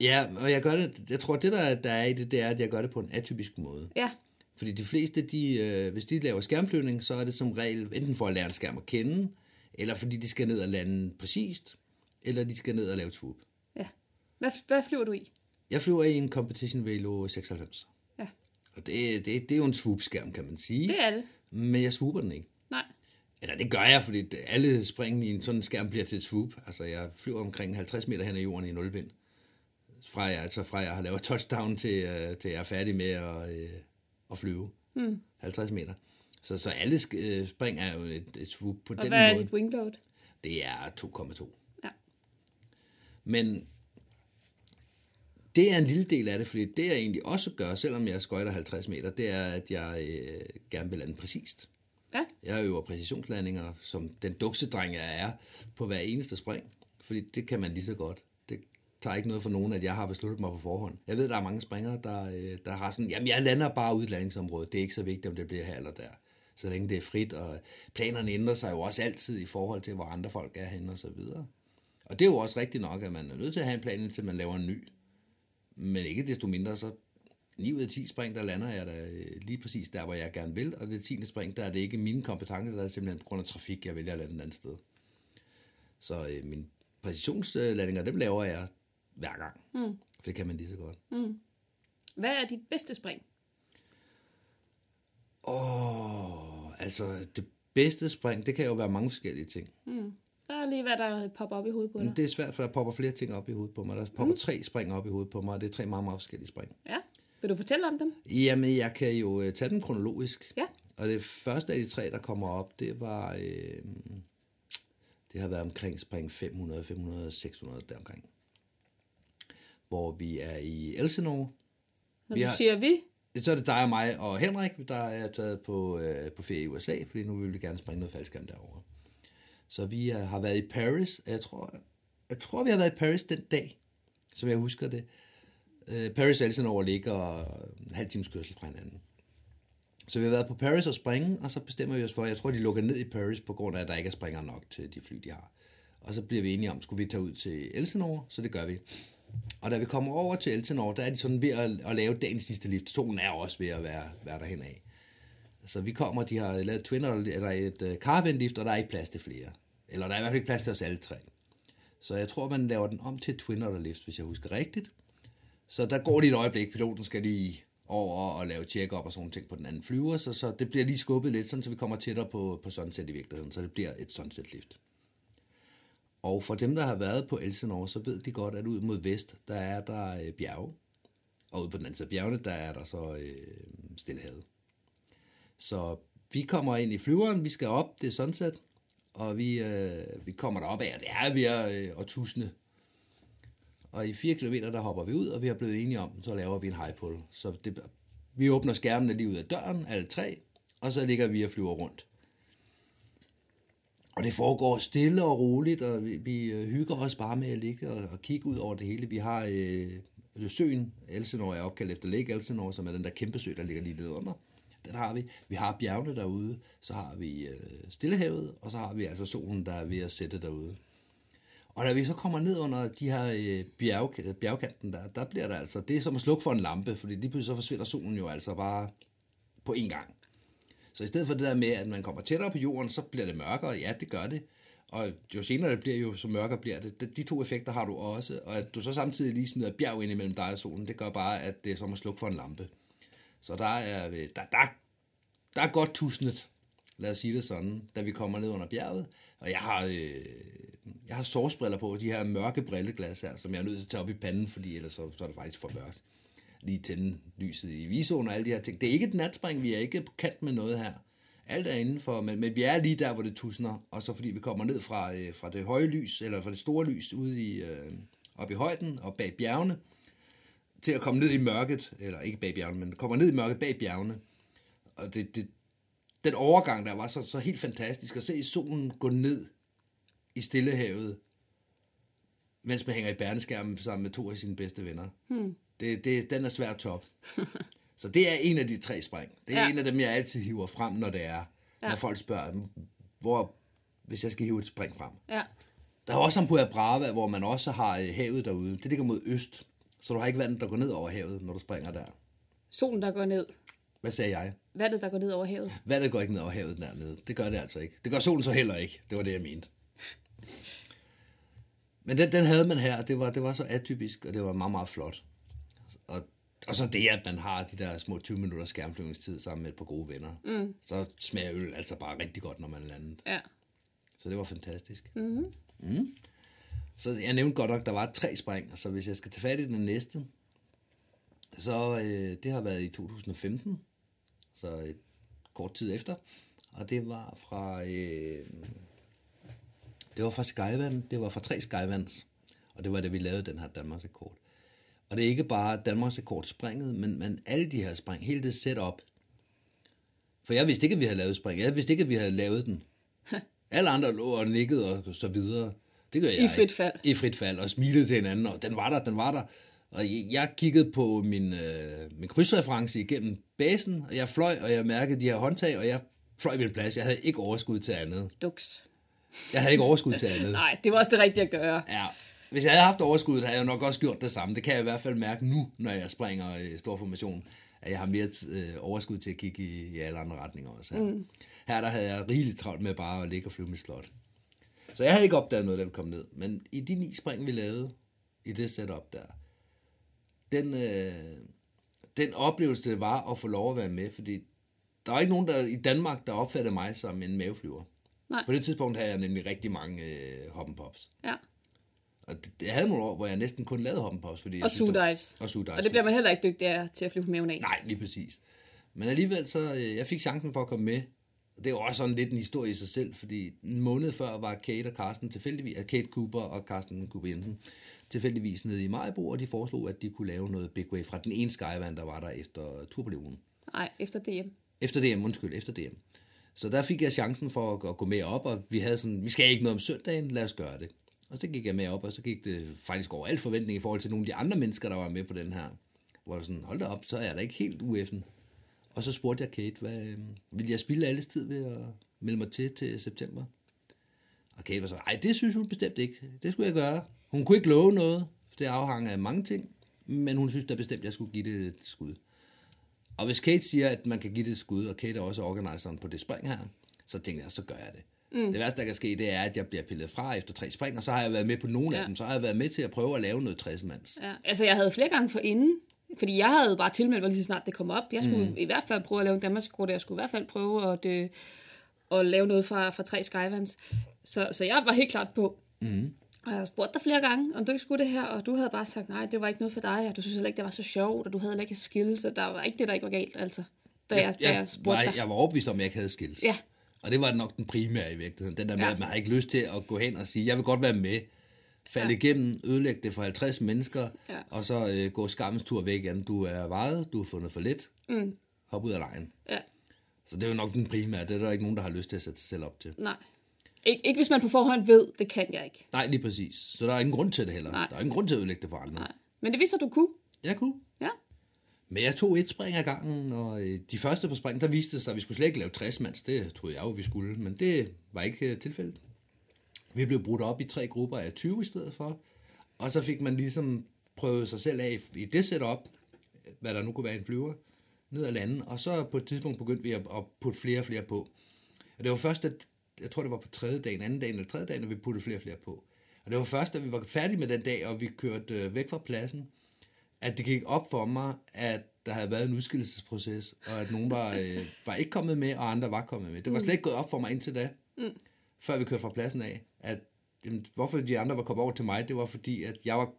S2: Ja, og jeg gør det, jeg tror, det der, der er i det, det er, at jeg gør det på en atypisk måde.
S3: Ja,
S2: Fordi de fleste, de, øh, hvis de laver skærmflyvning, så er det som regel enten for at lære en skærm at kende, eller fordi de skal ned og lande præcist, eller de skal ned og lave swoop.
S3: ja. Hvad, hvad flyver du i?
S2: Jeg flyver i en Competition Velo 96,
S3: Ja,
S2: og det, det, det er jo en swoop-skærm, kan man sige,
S3: det er det.
S2: men jeg swooper den ikke.
S3: Nej.
S2: Eller det gør jeg, fordi det- alle spring i en sådan skærm bliver til et swoop. Altså jeg flyver omkring 50 meter hen ad jorden i nulvind. Fra jeg, altså fra jeg har lavet touchdown til, øh, til jeg er færdig med at, øh, at flyve. Mm. 50 meter. Så, så alle sk- øh, spring er jo et, et swoop på
S3: Og
S2: den
S3: hvad er
S2: måde.
S3: dit wingload?
S2: Det er 2,2.
S3: Ja.
S2: Men det er en lille del af det, fordi det jeg egentlig også gør, selvom jeg skøjter 50 meter, det er, at jeg øh, gerne vil lande præcist.
S3: Ja,
S2: Jeg øver præcisionslandinger, som den duksedreng jeg er, på hver eneste spring. Fordi det kan man lige så godt. Det tager ikke noget for nogen, at jeg har besluttet mig på forhånd. Jeg ved, der er mange springere, der, øh, der har sådan, jamen jeg lander bare ud i landingsområdet. Det er ikke så vigtigt, om det bliver her eller der. Så længe det er frit, og planerne ændrer sig jo også altid i forhold til, hvor andre folk er henne og så videre. Og det er jo også rigtigt nok, at man er nødt til at have en plan, indtil man laver en ny. Men ikke desto mindre, så 9 ud af 10 spring, der lander jeg da øh, lige præcis der, hvor jeg gerne vil. Og det 10. spring, der er det ikke mine kompetencer, der er simpelthen på grund af trafik, jeg vælger at lande et andet sted. Så øh, mine præcisionslandinger, dem laver jeg hver gang. Mm. For det kan man lige så godt. Mm.
S3: hvad er dit bedste spring?
S2: Åh, altså det bedste spring, det kan jo være mange forskellige ting.
S3: Bare lige, hvad der popper op i hovedet på dig.
S2: Men det er svært, for der popper flere ting op i hovedet på mig. Der popper mm. tre spring op i hovedet på mig, og det er tre meget, meget forskellige spring.
S3: Ja. Vil du fortælle om dem?
S2: Jamen, jeg kan jo øh, tage den kronologisk.
S3: Ja.
S2: Og det første af de tre, der kommer op, det var... Øh, det har været omkring spring 500, 500, 600 deromkring. Hvor vi er i Elsinore.
S3: Når
S2: Vi
S3: du
S2: har-
S3: siger vi,
S2: Så er det dig og mig og Henrik, der er taget på, øh, på ferie i USA, fordi nu vil vi gerne springe noget faldskærm derovre. Så vi øh, har været i Paris, og jeg tror, jeg tror, vi har været i Paris den dag, som jeg husker det. Øh, Paris og Elsinore ligger en halv times kørsel fra hinanden. Så vi har været på Paris og springe, og så bestemmer vi os for, jeg tror, de lukker ned i Paris, på grund af, at der ikke er springere nok til de fly, de har. Og så bliver vi enige om, skulle vi tage ud til Elsinore, så det gør vi. Og da vi kommer over til Elsinore, der er de sådan ved at, at lave dagens sidste lift. Solen er også ved at være, være derhen af. Så vi kommer, de har lavet twinner, eller et øh, caravan lift, og der er ikke plads til flere. Eller der er i hvert fald ikke plads til os alle tre. Så jeg tror, man laver den om til Twin Otter Lift, hvis jeg husker rigtigt. Så der går lige et øjeblik, piloten skal lige over og lave check-up og sådan nogle ting på den anden flyver, så, så det bliver lige skubbet lidt, sådan, så vi kommer tættere på, på sunset i virkeligheden, så det bliver et sunset lift. Og for dem, der har været på Elsinore, så ved de godt, at ud mod vest, der er der øh, bjerge. Og ude på den anden side af bjergene, der er der så øh, stillehavet. Så vi kommer ind i flyveren, vi skal op, det er sunset, og vi, øh, vi kommer derop af, og det er ved at, øh, at tusne. Og i 4 km der hopper vi ud, og vi har blevet enige om, så laver vi en high pull. Så det, vi åbner skærmene lige ud af døren, alle tre, og så ligger vi og flyver rundt. Og det foregår stille og roligt, og vi, vi øh, hygger os bare med at ligge og, og kigge ud over det hele. Vi har øh, søen, Elsenor er opkaldt efter Lake Elsenor, som er den der kæmpe sø, der ligger lige nede under. Den har vi. Vi har bjergene derude, så har vi øh, Stillehavet, og så har vi altså solen, der er ved at sætte derude. Og da vi så kommer ned under de her øh, bjerg, bjergkanten der, der bliver der altså, det er som at slukke for en lampe, fordi lige pludselig så forsvinder solen jo altså bare på én gang. Så i stedet for det der med, at man kommer tættere på jorden, så bliver det mørkere. Ja, det gør det. Og jo senere det bliver, jo så mørkere bliver det. De- De to effekter har du også. Og at du så samtidig lige smider et bjerg ind imellem dig og solen, det gør bare, at det er som at slukke for en lampe. Så der er, øh, der, der, der er godt tusnet, lad os sige det sådan, da vi kommer ned under bjerget. Og jeg har, øh, jeg har sourcebriller på, de her mørke brilleglas her, som jeg er nødt til at tage op i panden, fordi ellers så, så er det faktisk for mørkt. Lige tænde lyset i visoen og alle de her ting. Det er ikke et natspring, vi er ikke på kant med noget her. Alt er indenfor, men, men vi er lige der, hvor det tusner, og så fordi vi kommer ned fra, øh, fra det høje lys, eller fra det store lys ude i, øh, op i højden og bag bjergene, til at komme ned i mørket, eller ikke bag bjergene, men kommer ned i mørket bag bjergene. Og det, det, den overgang der var så, så helt fantastisk at se solen gå ned i Stillehavet, mens man hænger i bærneskærmen sammen med to af sine bedste venner. Hmm. Det, det, den er svær at top. så det er en af de tre spring. Det er
S3: Ja.
S2: ja. en af dem, jeg altid hiver frem, når det er, ja. når folk spørger, hvor, hvis jeg skal hive et spring frem.
S3: Ja.
S2: Der er også Ampuja Brava, hvor man også har øh, havet derude. Det ligger mod øst, så du har ikke vandet, der går ned over havet, når du springer der.
S3: Solen, der går ned.
S2: Hvad sagde jeg?
S3: Vandet, der går ned over havet.
S2: Vandet går ikke ned over havet dernede. Det gør det altså ikke. Det gør solen så heller ikke. Det var det, jeg mente. Men den, den havde man her, og det var, det var så atypisk, og det var meget, meget flot. Og, og så det, at man har de der små 20 minutter skærmflyvningstid sammen med et par gode venner. Mm. Så smager øl altså bare rigtig godt, når man er landet.
S3: Ja.
S2: Så det var fantastisk. Mm-hmm. Mm. Så jeg nævnte godt nok, der var tre spring, så hvis jeg skal tage fat i den næste, så øh, det har været i 2015, så et kort tid efter, og det var fra øh, det var fra Skyvand, det var fra tre Skyvands, og det var da vi lavede den her Danmarks rekord. Og det er ikke bare Danmarks rekord springet, men, men alle de her spring, hele det setup. For jeg vidste ikke, at vi havde lavet spring. Jeg vidste ikke, at vi havde lavet den. Alle andre lå og nikkede og så videre. Det gør jeg
S3: I frit
S2: ikke.
S3: fald.
S2: I frit fald, og smilede til hinanden, og den var der, den var der. Og jeg- jeg kiggede på min, øh, min krydsreference igennem basen, og jeg fløj, og jeg mærkede de her håndtag, og jeg fløj min plads. Jeg havde ikke overskud til andet.
S3: Duks.
S2: Jeg havde ikke overskud til andet.
S3: Nej, det var også det rigtige at gøre.
S2: Ja. Hvis jeg havde haft overskuddet, havde jeg nok også gjort det samme. Det kan jeg i hvert fald mærke nu, når jeg springer øh, stor formation, at jeg har mere t- øh, overskud til at kigge i, i alle andre retninger også. Her. Mm. her der havde jeg rigeligt travlt med bare at ligge og flyve med slot. Så jeg havde ikke opdaget noget, da vi kom ned. Men i de ni spring, vi lavede i det setup der, den, øh, den oplevelse, det var at få lov at være med, fordi der var ikke nogen der i Danmark, der opfattede mig som en maveflyver.
S3: Nej.
S2: På det tidspunkt havde jeg nemlig rigtig mange øh, hoppenpops.
S3: Ja.
S2: Og det, det havde nogle år, hvor jeg næsten kun lavede hoppenpops. Fordi jeg
S3: Og
S2: synes, det var-
S3: sudives.
S2: Og sudives.
S3: Og det bliver man heller ikke dygtig af til at flyve på maven af.
S2: Nej, lige præcis. Men alligevel så, øh, jeg fik chancen for at komme med. Og Det er jo også sådan lidt en historie i sig selv, fordi en måned før var Kate og Carsten tilfældigvis, øh, Kate Cooper og Carsten Cooper Jensen tilfældigvis nede i Majbo, og de foreslog, at de kunne lave noget Big Wave fra den ene skyvand, der var der efter turbulensen.
S3: Nej, efter DM.
S2: Efter DM, undskyld, efter DM. Så der fik jeg chancen for at, at gå med op, og vi havde sådan, vi skal ikke noget om søndagen, lad os gøre det. Og så gik jeg med op, og så gik det faktisk over al forventning i forhold til nogle af de andre mennesker, der var med på den her. Hvor jeg sådan, hold da op, så er jeg da ikke helt ueffen. Og så spurgte jeg Kate, hvad, øh, vil jeg spille alles tid ved at melde mig til til september? Og Kate var så, nej, det synes hun bestemt ikke. Det skulle jeg gøre. Hun kunne ikke love noget, for det afhang af mange ting. Men hun synes da bestemt, at jeg skulle give det et skud. Og hvis Kate siger, at man kan give det et skud, og Kate er også organiseren på det spring her, så tænker jeg, så gør jeg det. Mm. Det værste, der kan ske, det er, at jeg bliver pillet fra efter tre spring, og så har jeg været med på nogle ja. af dem. Så har jeg været med til at prøve at lave noget 60 mands.
S3: Ja. Altså, jeg havde flere gange for inden, fordi jeg havde bare tilmeldt mig lige så snart det kom op. Jeg skulle mm. i hvert fald prøve at lave en Danmarkskort, og jeg skulle i hvert fald prøve at, øh, at lave noget fra, fra tre Skyvans. Så, så jeg var helt klart på. Mm. Og jeg havde spurgt dig flere gange, om du ikke skulle det her, og du havde bare sagt, nej, det var ikke noget for dig, og du synes heller ikke, det var så sjovt, og du havde heller ikke skills, så der var ikke det, der ikke var galt, altså, da jeg, da jeg spurgte
S2: var,
S3: dig.
S2: jeg var overbevist om, at jeg ikke havde skills.
S3: Ja.
S2: Og det var nok den primære i virkeligheden. Den der med,
S3: Ja.
S2: ja. at man har ikke lyst til at gå hen og sige, jeg vil godt være med, falde
S3: Ja.
S2: ja. igennem, ødelægge det for 50 mennesker,
S3: Ja.
S2: og så øh, gå skammens tur væk igen. Du er vejet, du har fundet for lidt, mm. hop ud af lejen.
S3: Ja,
S2: Så det er jo nok den primære. Det er der ikke nogen, der har lyst til at sætte sig selv op til.
S3: nej. Ikke, ikke hvis man på forhånd ved, det kan jeg ikke.
S2: Nej, lige præcis. Så der er ingen grund til det heller.
S3: Nej.
S2: Der er ingen grund til at ødelægge det for andre.
S3: Nej. Men det viser, du kunne.
S2: Jeg kunne.
S3: Ja.
S2: Men jeg tog et spring ad gangen, og øh, de første på spring, der viste det sig, at vi skulle slet ikke lave 60 mands. Det troede jeg jo, vi skulle, men det var ikke øh, tilfældet. Vi blev brudt op i tre grupper af 20 i stedet for, og så fik man ligesom prøvet sig selv af i det setup, hvad der nu kunne være en flyver, ned ad landen, og så på et tidspunkt begyndte vi at, at putte flere og flere på. Og det var først, at jeg tror, det var på tredje dagen, anden dagen eller tredje dagen, at vi puttede flere og flere på. Og det var først, at vi var færdige med den dag, og vi kørte øh, væk fra pladsen, at det gik op for mig, at der havde været en udskillelsesproces, og at nogen var, øh, var ikke kommet med, og andre var kommet med. Det var slet ikke gået op for mig indtil da, mm. før vi kørte fra pladsen af, at jamen, hvorfor de andre var kommet over til mig, det var fordi, at jeg var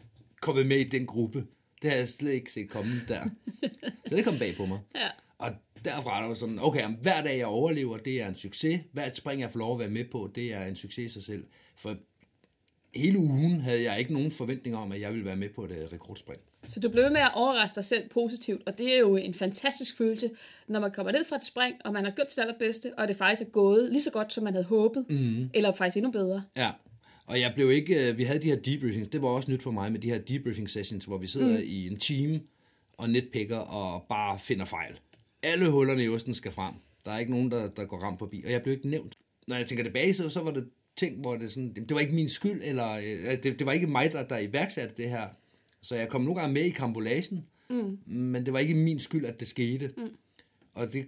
S2: kommet med i den gruppe. Det havde jeg slet ikke set komme der. Så det kom bag på mig.
S3: Ja.
S2: Og derfra er det jo sådan, okay, jamen, hver dag jeg overlever, det er en succes. Hvert spring, jeg får lov at være med på, det er en succes i sig selv. For hele ugen havde jeg ikke nogen forventninger om, at jeg ville være med på et øh, rekordspring.
S3: Så du blev ved med at overraske dig selv positivt, og det er jo en fantastisk følelse, når man kommer ned fra et spring, og man har gjort sit allerbedste, og det faktisk er gået lige så godt, som man havde håbet,
S2: Mhm.
S3: mm. eller faktisk endnu bedre.
S2: Ja, og jeg blev ikke, øh, vi havde de her debriefings, det var også nyt for mig med de her debriefing sessions, hvor vi sidder mm. i en team og netpikker og bare finder fejl. Alle hullerne i osten skal frem. Der er ikke nogen, der, der går ramt forbi, og jeg blev ikke nævnt. Når jeg tænker tilbage, så, så var det ting, hvor det sådan, det var ikke min skyld, eller øh, det, det var ikke mig, der, der iværksatte det her. Så jeg kom nogle gange med i kampolagen, mm. men det var ikke min skyld, at det skete. Mm. Og det,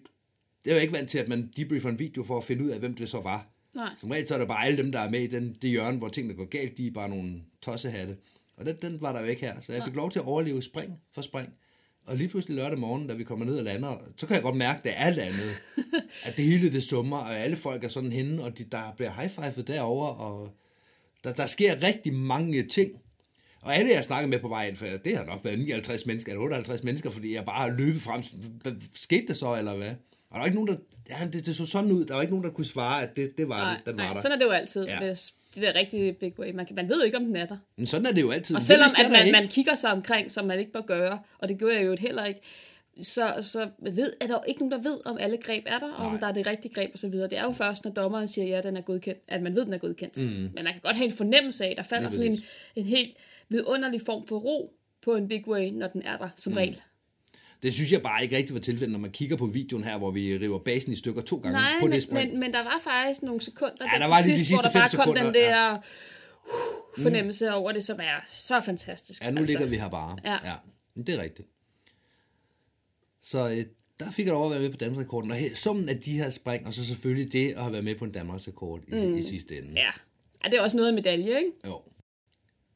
S2: jeg er jo ikke vant til, at man debriefer en video for at finde ud af, hvem det så var.
S3: Nej.
S2: Som regel så er det bare alle dem, der er med i den, det hjørne, hvor tingene går galt, de er bare nogle tossehatte. Og den, den var der jo ikke her, så jeg fik lov til at overleve spring for spring. Og lige pludselig lørdag morgen, da vi kommer ned og lander, så kan jeg godt mærke, at det er landet. at det hele det summer, og alle folk er sådan henne, og de, der bliver high-fived derovre, og der, der sker rigtig mange ting. Og alle, jeg snakkede med på vejen, for det har nok været 59 mennesker, eller 58 mennesker, fordi jeg bare har løbet frem. Hvad skete det så, eller hvad? Og der var ikke nogen, der... Ja, det, det så sådan ud. Der var ikke nogen, der kunne svare, at det, det var
S3: Nej,
S2: det. Den var
S3: nej,
S2: der.
S3: sådan er det jo altid.
S2: Ja.
S3: Ja. Det, det der rigtige big way. Man, kan, man ved jo ikke, om den er der.
S2: Men sådan er det jo altid.
S3: Og selvom
S2: Selvfølgelig
S3: at
S2: skal
S3: man,
S2: der
S3: man
S2: ikke-
S3: kigger sig omkring, som man ikke bør gøre, og det gjorde jeg jo heller ikke, så, så ved, er der jo ikke nogen, der ved, om alle greb er der, og
S2: Nej.
S3: om der er det rigtige greb osv. Det er jo først, når dommeren siger, ja, den er godkendt, at man ved, den er godkendt. Mm. Men man kan godt have en fornemmelse af, at der falder
S2: Lige
S3: sådan en,
S2: præcis.
S3: en helt vidunderlig form for ro på en big way, når den er der, som mm. regel.
S2: Det synes jeg bare ikke rigtig var tilfældet, når man kigger på videoen her, hvor vi river basen i stykker to gange
S3: Nej,
S2: på
S3: men,
S2: det spring.
S3: men, men der var faktisk nogle sekunder
S2: Ja,
S3: ja, der,
S2: der
S3: til
S2: var lige de
S3: sidst,
S2: sidste
S3: hvor der
S2: fem
S3: bare kom den
S2: sekunder,
S3: der ja. uh, fornemmelse mm. over det, som er så fantastisk.
S2: Ja, nu altså. ligger vi her bare.
S3: Ja.
S2: ja. Men Det er rigtigt. Så øh, der fik jeg lov at være med på Danmarksrekorden. Og her, summen af de her spring, og så selvfølgelig det at have været med på en Danmarksrekord i, mm. i sidste ende.
S3: Ja. ja, det er også noget af en medalje, ikke?
S2: Jo.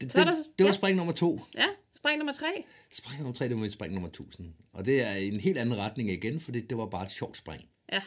S2: Det,
S3: Så er
S2: det,
S3: der-
S2: det var
S3: ja.
S2: spring nummer to.
S3: Ja, spring nummer tre.
S2: Spring nummer tre, det var mit spring nummer 1000. Og det er en helt anden retning igen, fordi det var bare et sjovt spring.
S3: Ja,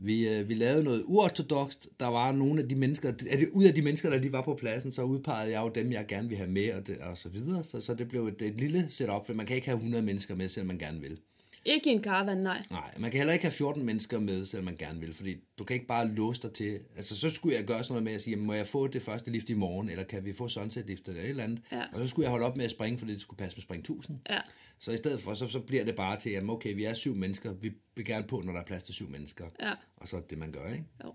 S2: Vi, øh, vi lavede noget uortodokst. Der var nogle af de mennesker, at det, ud af de mennesker, der lige var på pladsen, så udpegede jeg jo dem, jeg gerne ville have med, og, det, og så videre. Så, så det blev et, et lille setup, for man kan ikke have 100 mennesker med, selvom man gerne vil.
S3: ikke i en caravan, nej.
S2: Nej, man kan heller ikke have 14 mennesker med, selvom man gerne vil, fordi du kan ikke bare låse dig til. Altså, så skulle jeg gøre sådan noget med at sige, jamen, må jeg få det første lift i morgen, eller kan vi få sunset lift eller et eller andet?
S3: Ja.
S2: Og så skulle jeg holde op med at springe, fordi det skulle passe med spring 1000.
S3: Ja.
S2: Så i stedet for, så, så bliver det bare til, jamen okay, vi er syv mennesker, vi vil gerne på, når der er plads til syv mennesker.
S3: Ja.
S2: Og så er det det, man gør, ikke?
S3: Jo.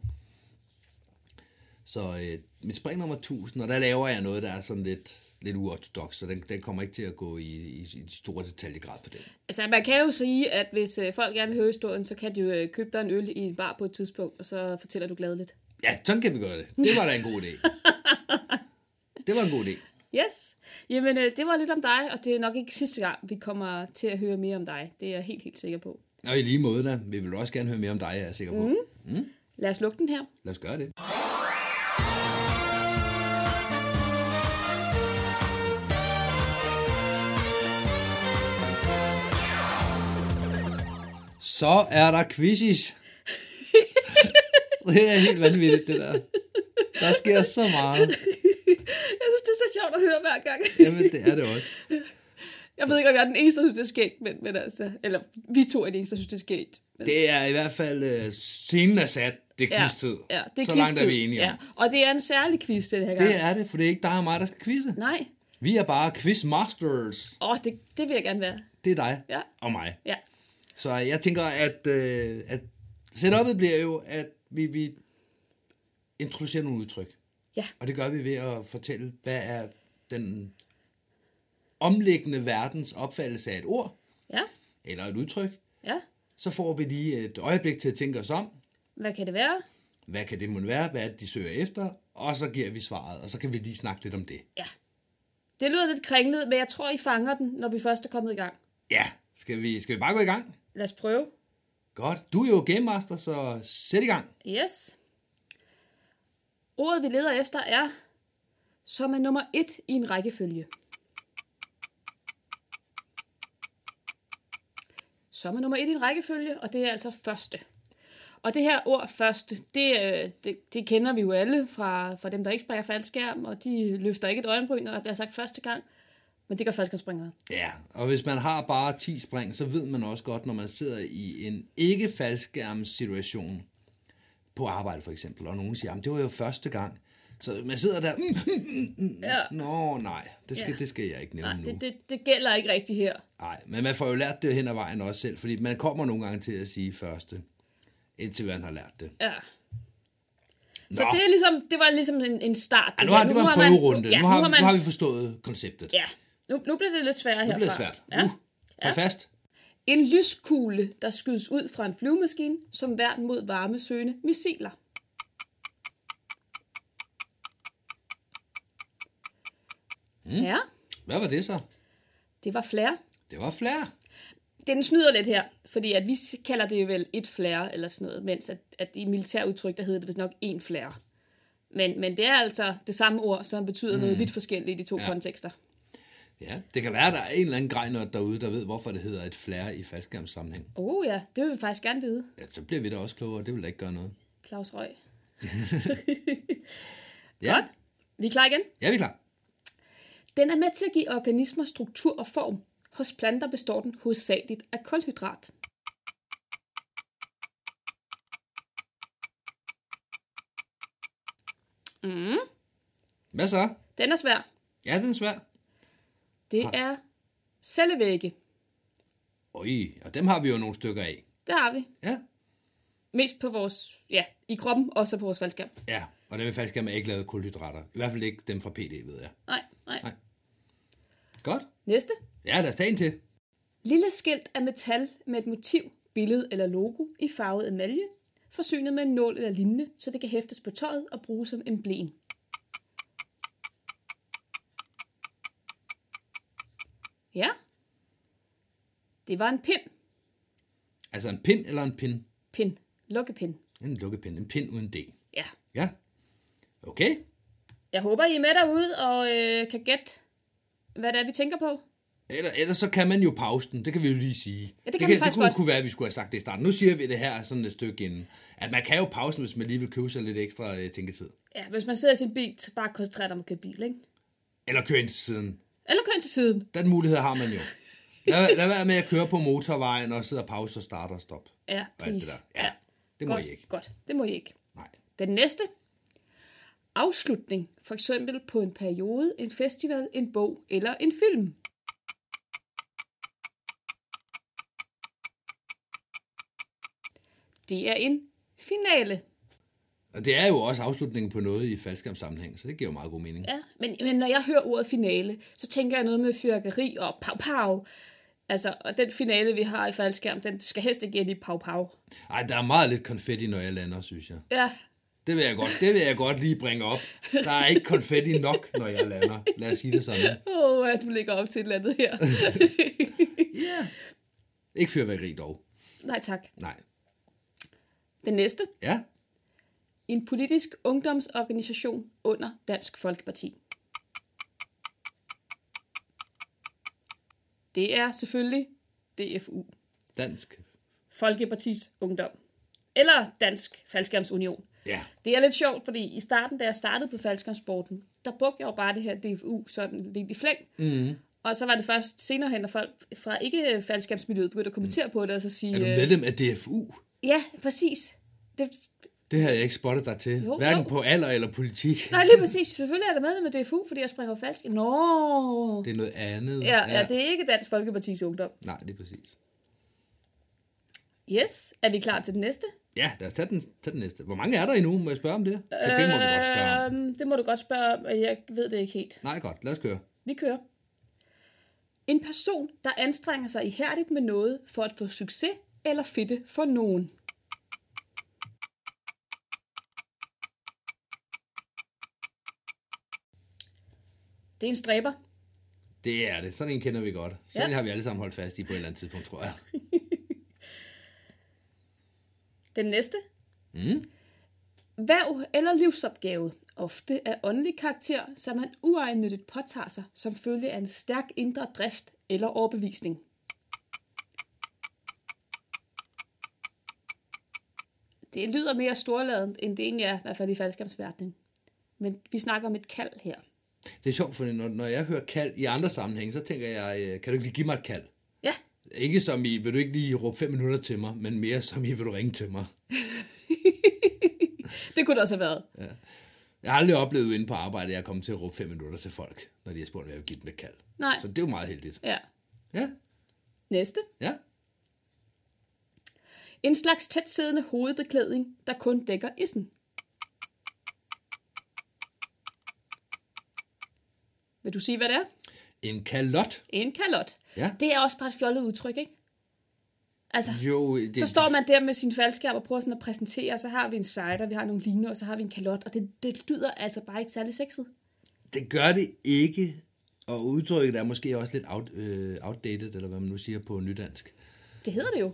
S2: Så øh, mit spring nummer 1000, og der laver jeg noget, der er sådan lidt, lidt uortodox, så den, den kommer ikke til at gå i, i, i de store detaljegrad på den.
S3: Altså, man kan jo sige, at hvis øh, folk gerne vil høre historien, så kan de jo øh, købe dig en øl i en bar på et tidspunkt, og så fortæller du gladeligt.
S2: Ja, sådan kan vi gøre det. Det var da en god idé. Det var en god idé.
S3: Yes! Jamen, øh, det var lidt om dig, og det er nok ikke sidste gang, vi kommer til at høre mere om dig. Det er jeg helt, helt sikker på.
S2: Og i lige måde, da, vi vil også gerne høre mere om dig, er jeg sikker på. Mm.
S3: Lad os lukke den her.
S2: Lad os gøre det. Så er der quizzes. det er helt vanvittigt, det der. Der sker så meget.
S3: Jeg synes, det er så sjovt at høre hver gang.
S2: Jamen, det er det også.
S3: Jeg ved ikke, om jeg er den eneste, der synes, det er skægt, men, men altså... Eller, vi to er de eneste, der synes, det er skægt. Men,
S2: Det er i hvert fald, uh, scenen er sat, det er quiz-tid.
S3: Ja, ja, det er
S2: så langt er
S3: quiz-tid.
S2: vi enige om.
S3: Ja. Og det er en særlig quiz til det her gang.
S2: Det er det, for det er ikke dig og mig, der skal quizze.
S3: Nej.
S2: Vi er bare quizmasters.
S3: Åh, oh, det, det vil jeg gerne være.
S2: Det er dig
S3: Ja.
S2: og mig.
S3: Ja.
S2: Så jeg tænker, at, øh, at setupet bliver jo, at vi, vi introducerer nogle udtryk.
S3: Ja.
S2: Og det gør vi ved at fortælle, hvad er den omliggende verdens opfattelse af et ord
S3: Ja,
S2: eller et udtryk.
S3: ja.
S2: Så får vi lige et øjeblik til at tænke os om,
S3: Hvad kan det være?
S2: hvad kan det måtte være, hvad er det, de søger efter, og så giver vi svaret, og så kan vi lige snakke lidt om det.
S3: Ja. Det lyder lidt kringlet, men jeg tror, I fanger den, når vi først er kommet i gang.
S2: Ja, skal vi, skal vi bare gå i gang?
S3: Lad os prøve.
S2: Godt, du er jo Game Master, så sæt i gang.
S3: Yes. Ordet, vi leder efter, er, som er nummer et i en rækkefølge. Som er nummer et i en rækkefølge, og det er altså første. Og det her ord første, det, øh, det, det kender vi jo alle fra, fra dem, der ikke springer faldskærm, og de løfter ikke et øjenbryn, når der bliver sagt første gang. Men det gør faldskærmspringere.
S2: Ja, og hvis man har bare 10 spring, så ved man også godt, når man sidder i en ikke faldskærmssituation på arbejde for eksempel, og nogen siger, "Jamen, det var jo første gang. Så man sidder der, mm, mm, mm, mm.
S3: Ja.
S2: nå nej, det skal,
S3: Ja.
S2: det skal jeg ikke nævne
S3: Nej,
S2: nu.
S3: det, det, det gælder ikke rigtigt her.
S2: Nej, men man får jo lært det hen ad vejen også selv, fordi man kommer nogle gange til at sige første, indtil man har lært det.
S3: Ja. Så
S2: Nå.
S3: det, er ligesom, det var ligesom en, en start.
S2: Ja, nu
S3: her.
S2: har, det var en
S3: man-
S2: prøverunde.
S3: Ja,
S2: nu, har,
S3: nu, har man,
S2: nu har vi forstået konceptet.
S3: ja. nu, nu bliver det lidt sværere
S2: Nu
S3: herfra.
S2: bliver det svært.
S3: Ja.
S2: Uh, hold fast.
S3: En lyskugle, der skydes ud fra en flyvemaskine, som værn mod varmesøgende missiler. Mm. Ja,
S2: Hvad var det så?
S3: det var flere.
S2: Det var flere.
S3: Den snyder lidt her, fordi at vi kalder det vel et flere eller sådan noget, mens at, at i militærudtryk, der hedder det vist nok en flere. Men, men det er altså det samme ord, som betyder mm. noget vidt forskelligt i de to ja. kontekster.
S2: Ja, det kan være, at der er en eller anden grejnot derude, der ved, hvorfor det hedder et flere i faldskærmssammenhæng.
S3: Oh ja, det vil vi faktisk gerne vide,
S2: Ja, så bliver vi da også klogere, det vil da ikke gøre noget.
S3: Claus Røg.
S2: Ja,
S3: Godt. Vi er klar igen?
S2: ja vi er klar.
S3: Den er med til at give organismer struktur og form. Hos planter består den hovedsageligt af kulhydrat. Mm,
S2: Hvad så?
S3: den er svær.
S2: Ja, den er svær.
S3: Det er cellevægge.
S2: Oj, og dem har vi jo nogle stykker af.
S3: Det har vi.
S2: Ja,
S3: Mest på vores, ja, i kroppen, og så på vores faldskærm.
S2: ja. Og dem er faktisk gerne ikke lavet af kulhydrater. I hvert fald ikke dem fra PD, ved jeg.
S3: Nej, nej,
S2: Nej.
S3: nej.
S2: Godt.
S3: Næste.
S2: Ja, lad os tage en til.
S3: Lille skilt af metal med et motiv, billede eller logo i farvet emalje, forsynet med en nål eller lignende, så det kan hæftes på tøjet og bruges som emblem. Ja. Det var en pind.
S2: Altså en pind eller en pind?
S3: Pind. Lukkepind.
S2: En lukkepind. En pind uden D.
S3: Ja.
S2: Ja. Okay.
S3: Jeg håber, I er med derude og øh, kan gætte, hvad det er, vi tænker på.
S2: Eller, ellers så kan man jo pause den, det kan vi jo lige sige.
S3: kan vi
S2: det
S3: faktisk
S2: kunne,
S3: godt.
S2: kunne være, at vi skulle have sagt det i starten. Nu siger vi det her sådan et stykke inden. At man kan jo pause den, hvis man lige vil købe sig lidt ekstra øh, tænketid.
S3: Ja, hvis man sidder i sin bil, så bare koncentrer dig om at køre bil, ikke?
S2: Eller køre ind til siden.
S3: Eller kør ind til siden.
S2: Den mulighed har man jo. Lad, lad være med at køre på motorvejen og sidde og pause og starte og stoppe.
S3: Ja,
S2: Og alt det
S3: please.
S2: der. Ja, det må
S3: godt,
S2: I ikke.
S3: Godt, det må I ikke.
S2: Nej.
S3: Den næste. Afslutning, for eksempel på en periode, en festival, en bog eller en film. Det er en finale.
S2: Og det er jo også afslutningen på noget i faldskærmssammenhæng, så det giver jo meget god mening.
S3: Ja, men, men når jeg hører ordet finale, så tænker jeg noget med fyrkeri og pow-pow. Altså, og den finale, vi har i faldskærm, den skal helst ikke ende i pow-pow.
S2: Ej, der er meget lidt konfetti, når jeg lander, synes jeg.
S3: Ja,
S2: Det vil jeg godt, det vil jeg godt lige bringe op. Der er ikke konfetti nok, når jeg lander. Lad os sige det sådan.
S3: åh, oh, du ligger op til et eller andet her.
S2: Ja. Ikke fyrværkeri dog.
S3: Nej tak.
S2: Nej.
S3: Den næste.
S2: Ja.
S3: En politisk ungdomsorganisation under Dansk Folkeparti. Det er selvfølgelig DFU,
S2: Dansk.
S3: Folkepartis Ungdom, eller Dansk Falskærmsunion.
S2: Ja.
S3: Det er lidt sjovt, fordi i starten, da jeg startede på falskærmssporten, der brugte jeg jo bare det her DFU sådan lidt i flæng.
S2: Mhm.
S3: Mm. Og så var det først senere hen, at folk fra ikke falskærmsmiljøet begyndte at kommentere på det, og så sige...
S2: Er du
S3: øh,
S2: medlem af DFU?
S3: Ja, præcis. Det,
S2: Det havde jeg ikke spottet dig til.
S3: Jo,
S2: Hverken
S3: jo.
S2: på alder eller politik.
S3: Nej, lige præcis. Selvfølgelig er der medlem af DFU, fordi jeg springer falsk. Nå.
S2: Det er noget andet.
S3: Ja, ja, det er ikke Dansk Folkeparti's ungdom.
S2: Nej, det er præcis.
S3: Yes, er vi klar til den næste?
S2: Ja, lad os tage den, tage den næste. Hvor mange er der endnu? Må jeg spørge om det? Ja, det må vi godt spørge. om.
S3: Øhm, det må du godt spørge om, og jeg ved det ikke helt.
S2: Nej, godt. Lad os køre.
S3: Vi kører. En person, der anstrenger sig ihærdigt med noget for at få succes eller fitte for nogen. Det er en stræber.
S2: Det er det. Sådan en kender vi godt. Sådan
S3: Ja.
S2: ja. har vi alle sammen holdt fast i på et eller andet tidspunkt, tror jeg.
S3: Den næste.
S2: Mm.
S3: Værv eller livsopgave. Ofte af åndelig karakter, som man uegnyttigt påtager sig som følge af en stærk indre drift eller overbevisning. Det lyder mere storladent, end det egentlig er, i hvert fald i faldskabsverdenen. Men vi snakker om et kald her.
S2: Det er sjovt, for når, når jeg hører kald i andre sammenhænge, så tænker jeg, øh, kan du ikke lige give mig et kald?
S3: Ja,
S2: Ikke som i, vil du ikke lige råbe fem minutter til mig, men mere som i, vil du ringe til mig?
S3: det kunne det også have været.
S2: Jeg har aldrig oplevet inde på arbejde, at jeg er kommet til at råbe fem minutter til folk, når de har spurgt, om jeg vil give dem et kald.
S3: Nej.
S2: Så det er jo meget heldigt.
S3: Ja.
S2: Ja,
S3: Næste.
S2: ja.
S3: En slags tætsiddende hovedbeklædning, der kun dækker issen. Vil du sige, hvad det er?
S2: En kalot.
S3: En kalot.
S2: Ja.
S3: Det er også bare et fjollet udtryk, ikke? Altså,
S2: Jo, det,
S3: så står man der med sin faldskærm og prøver sådan at præsentere, og så har vi en cider, vi har nogle ligner, og så har vi en kalot, og det, det lyder altså bare ikke særlig sexet.
S2: det gør det ikke, og udtrykket er måske også lidt out, øh, outdated, eller hvad man nu siger på nydansk.
S3: Det hedder det jo.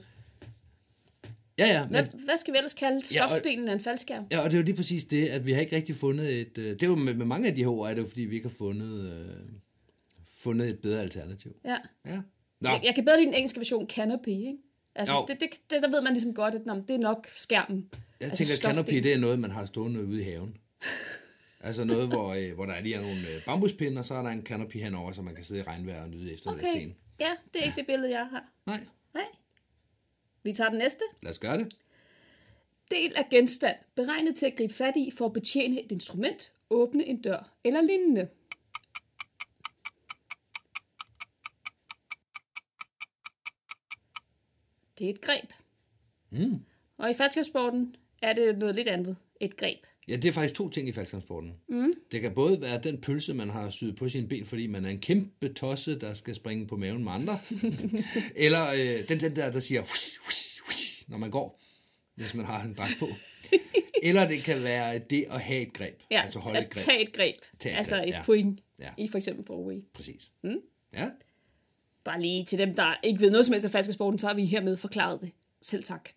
S2: Ja, ja, men,
S3: Hvad, hvad skal vi ellers kalde
S2: Ja, og-
S3: stofdelen af en faldskærm?
S2: ja, og det er jo lige præcis det, at vi har ikke rigtig fundet et... Øh, det er jo med, med mange af de her ord, er det jo fordi, vi ikke har fundet, øh, fundet et bedre alternativ.
S3: Ja.
S2: Ja. Nå,
S3: Jeg, jeg kan bedre lide den engelske version canopy, ikke? Altså,
S2: Jo.
S3: det, det, det, der ved man ligesom godt, at nå, men det er nok skærmen.
S2: jeg
S3: altså,
S2: tænker, at canopy,
S3: stofdelen.
S2: det er noget, man har stående ude i haven. Altså noget, hvor, øh, hvor der lige er nogle øh, bambuspinde, og så er der en canopy henover, så man kan sidde i regnvejr og nyde
S3: Okay,
S2: eftermiddagsteen.
S3: ja, det er ikke det billede, jeg har.
S2: Nej,
S3: Nej. Vi tager den næste.
S2: lad os gøre det.
S3: Del af genstand, beregnet til at gribe fat i for at betjene et instrument, åbne en dør eller lignende. Det er et greb.
S2: Mm.
S3: Og i færdskabssporten er det noget lidt andet. Et greb.
S2: Ja, det er faktisk to ting i faldskabssporten. Mm. Det kan både være den pølse, man har syet på sine ben, fordi man er en kæmpe tosse, der skal springe på maven med andre. Eller øh, den, den der, der siger, "Hush, hush, hush," når man går, hvis man har en dragt på. Eller det kan være det at have et greb.
S3: Ja,
S2: altså holde et
S3: at
S2: greb.
S3: tage et greb.
S2: Tage et
S3: altså
S2: greb,
S3: et
S2: ja.
S3: point
S2: Ja.
S3: i for eksempel Forway.
S2: Præcis. Mm. Ja,
S3: Bare lige til dem, der ikke ved noget som helst af falskersporten, så har vi hermed forklaret det. Selv tak.